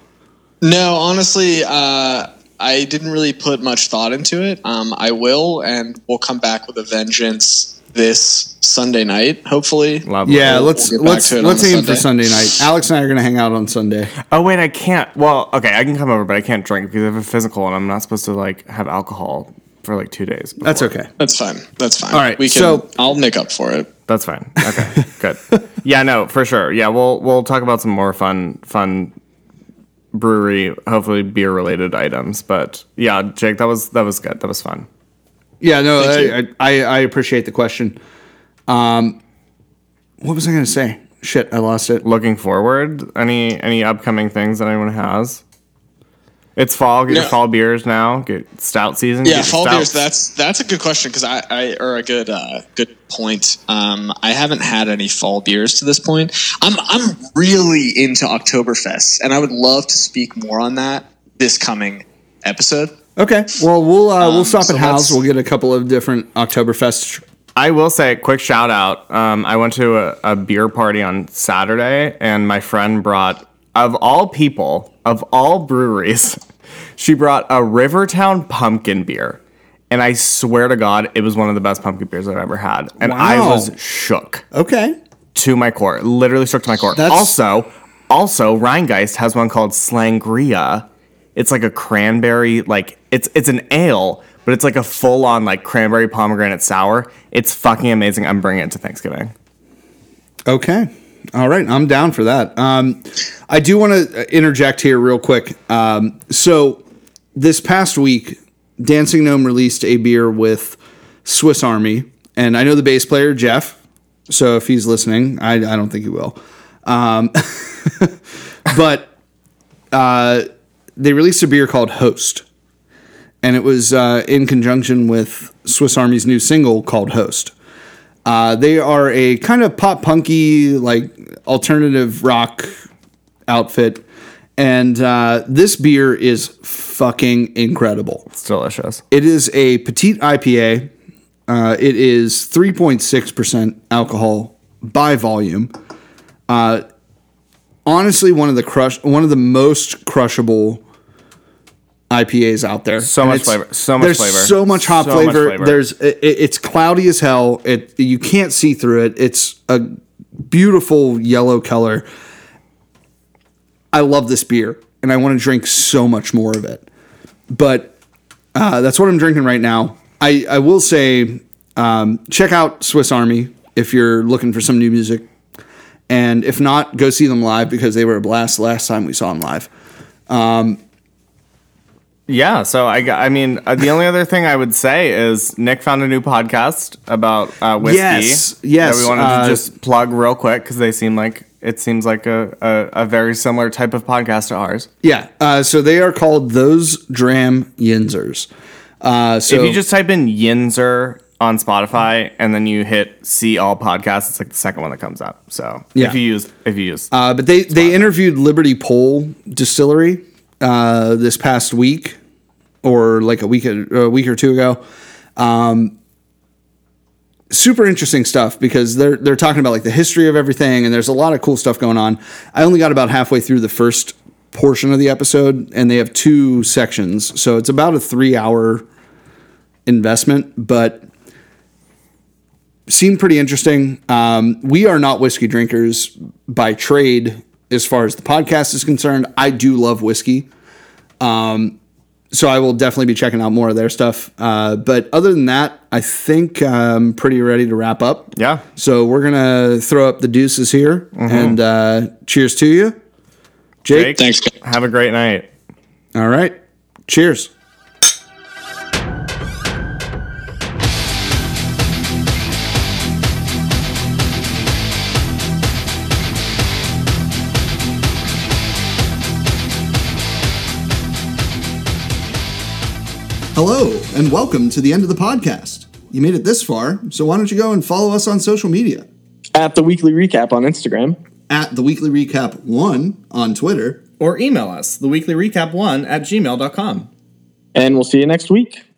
E: No, honestly, uh, I didn't really put much thought into it. Um, I will, and we'll come back with a vengeance this Sunday night, hopefully.
B: Lovely.
C: Yeah,
E: We'll
C: let's
E: get back
C: let's
E: to it on
C: let's
E: the
C: aim for
E: Sunday.
C: Sunday night. Alex and I are going to hang out on Sunday.
B: Oh wait, I can't. Well, okay, I can come over, but I can't drink because I have a physical and I'm not supposed to like have alcohol for like two days.
E: Uh.
C: That's
B: before.
C: okay.
E: That's fine. That's fine.
C: All right,
E: we can.
C: so-
E: I'll make up for it.
B: That's fine. Okay, good. Yeah, no, for sure. Yeah, we'll we'll talk about some more fun fun brewery, hopefully beer related items. But yeah, Jake, that was that was good. That was fun.
C: Yeah, no, I,
E: you.
C: I I appreciate the question. Um, what was I going to say? Shit, I lost it.
B: Looking forward, any any upcoming things that anyone has? It's fall. Get your
E: No.
B: fall beers now. Get stout season. get
E: Yeah,
B: your
E: fall
B: stouts.
E: beers. That's that's a good question because I, I or a good uh, good point. Um, I haven't had any fall beers to this point. I'm I'm really into Oktoberfest, and I would love to speak more on that this coming episode.
C: Okay. Well, we'll uh, we'll stop
E: Um, so
C: at Hal's.
E: that's-
C: We'll get a couple of different Oktoberfest.
B: I will say, quick shout out. Um, I went to a, a beer party on Saturday, and my friend brought, of all people, of all breweries, she brought a Rivertown pumpkin beer. And I swear to God, it was one of the best pumpkin beers I've ever had. And I
C: Wow.
B: was shook
C: Okay.
B: to my core, literally shook to my core.
C: That's-
B: Also, also, Rheingeist has one called Slangria. It's like a cranberry, like it's it's an ale, but it's like a full on like cranberry pomegranate sour. It's fucking amazing. I'm bringing it to Thanksgiving.
C: Okay. All right. I'm down for that. Um, I do want to interject here real quick. Um, so this past week, Dancing Gnome released a beer with Swiss Army, and I know the bass player Jeff. So if he's listening, I, I don't think he will. Um, but uh, they released a beer called Host, and it was uh, in conjunction with Swiss Army's new single called Host. Uh, they are a kind of pop punky, like alternative rock outfit. And uh, this beer is fucking incredible.
B: It's delicious.
C: It is a petite IPA. Uh, it is 3.6% alcohol by volume. Uh, honestly, one of the crush, one of the most crushable IPAs out there.
B: So
C: And
B: much
C: it's-
B: flavor. So much
C: there's
B: flavor.
C: so much hop
B: So much
C: flavor.
B: flavor.
C: There's it, it- it's cloudy as hell. It you can't see through it. It's a beautiful yellow color. I love this beer, and I want to drink so much more of it. But uh, that's what I'm drinking right now. I, I will say, um, check out Swiss Army if you're looking for some new music, and if not, go see them live because they were a blast last time we saw them live.
B: Yeah. So I, got- I mean, uh, the only other thing I would say is Nick found a new podcast about uh, whiskey.
C: Yes, yes,
B: That we wanted
C: uh,
B: to just plug real quick because they seem like it seems like a, a, a very similar type of podcast to ours.
C: Yeah, uh, so they are called those Dram Yinzers. Uh, so
B: If you just type in Yinzer on Spotify and then you hit see all podcasts, it's like the second one that comes up. So
C: Yeah.
B: if you use if you use
C: Uh, but they they interviewed Liberty Pole Distillery uh, this past week, or like a week a week or two ago. Um, super interesting stuff because they're they're talking about like the history of everything, and there's a lot of cool stuff going on. I only got about halfway through the first portion of the episode, and they have two sections, so it's about a three hour investment, but seemed pretty interesting. Um, we are not whiskey drinkers by trade, as far as the podcast is concerned. I do love whiskey. Um, so I will definitely be checking out more of their stuff. Uh, but other than that, I think I'm pretty ready to wrap up.
B: Yeah.
C: So we're gonna throw up the deuces here, and uh, cheers to you, Jake.
B: Jake,
E: Thanks. guys.
B: Have a great night.
C: All right, cheers. Hello, and welcome to the end of the podcast. You made it this far, so why don't you go and follow us on social media?
E: At the weekly recap on Instagram.
C: At the weekly recap one on Twitter,
B: Or email us, the weekly recap one at gmail.com.
E: And we'll see you next week.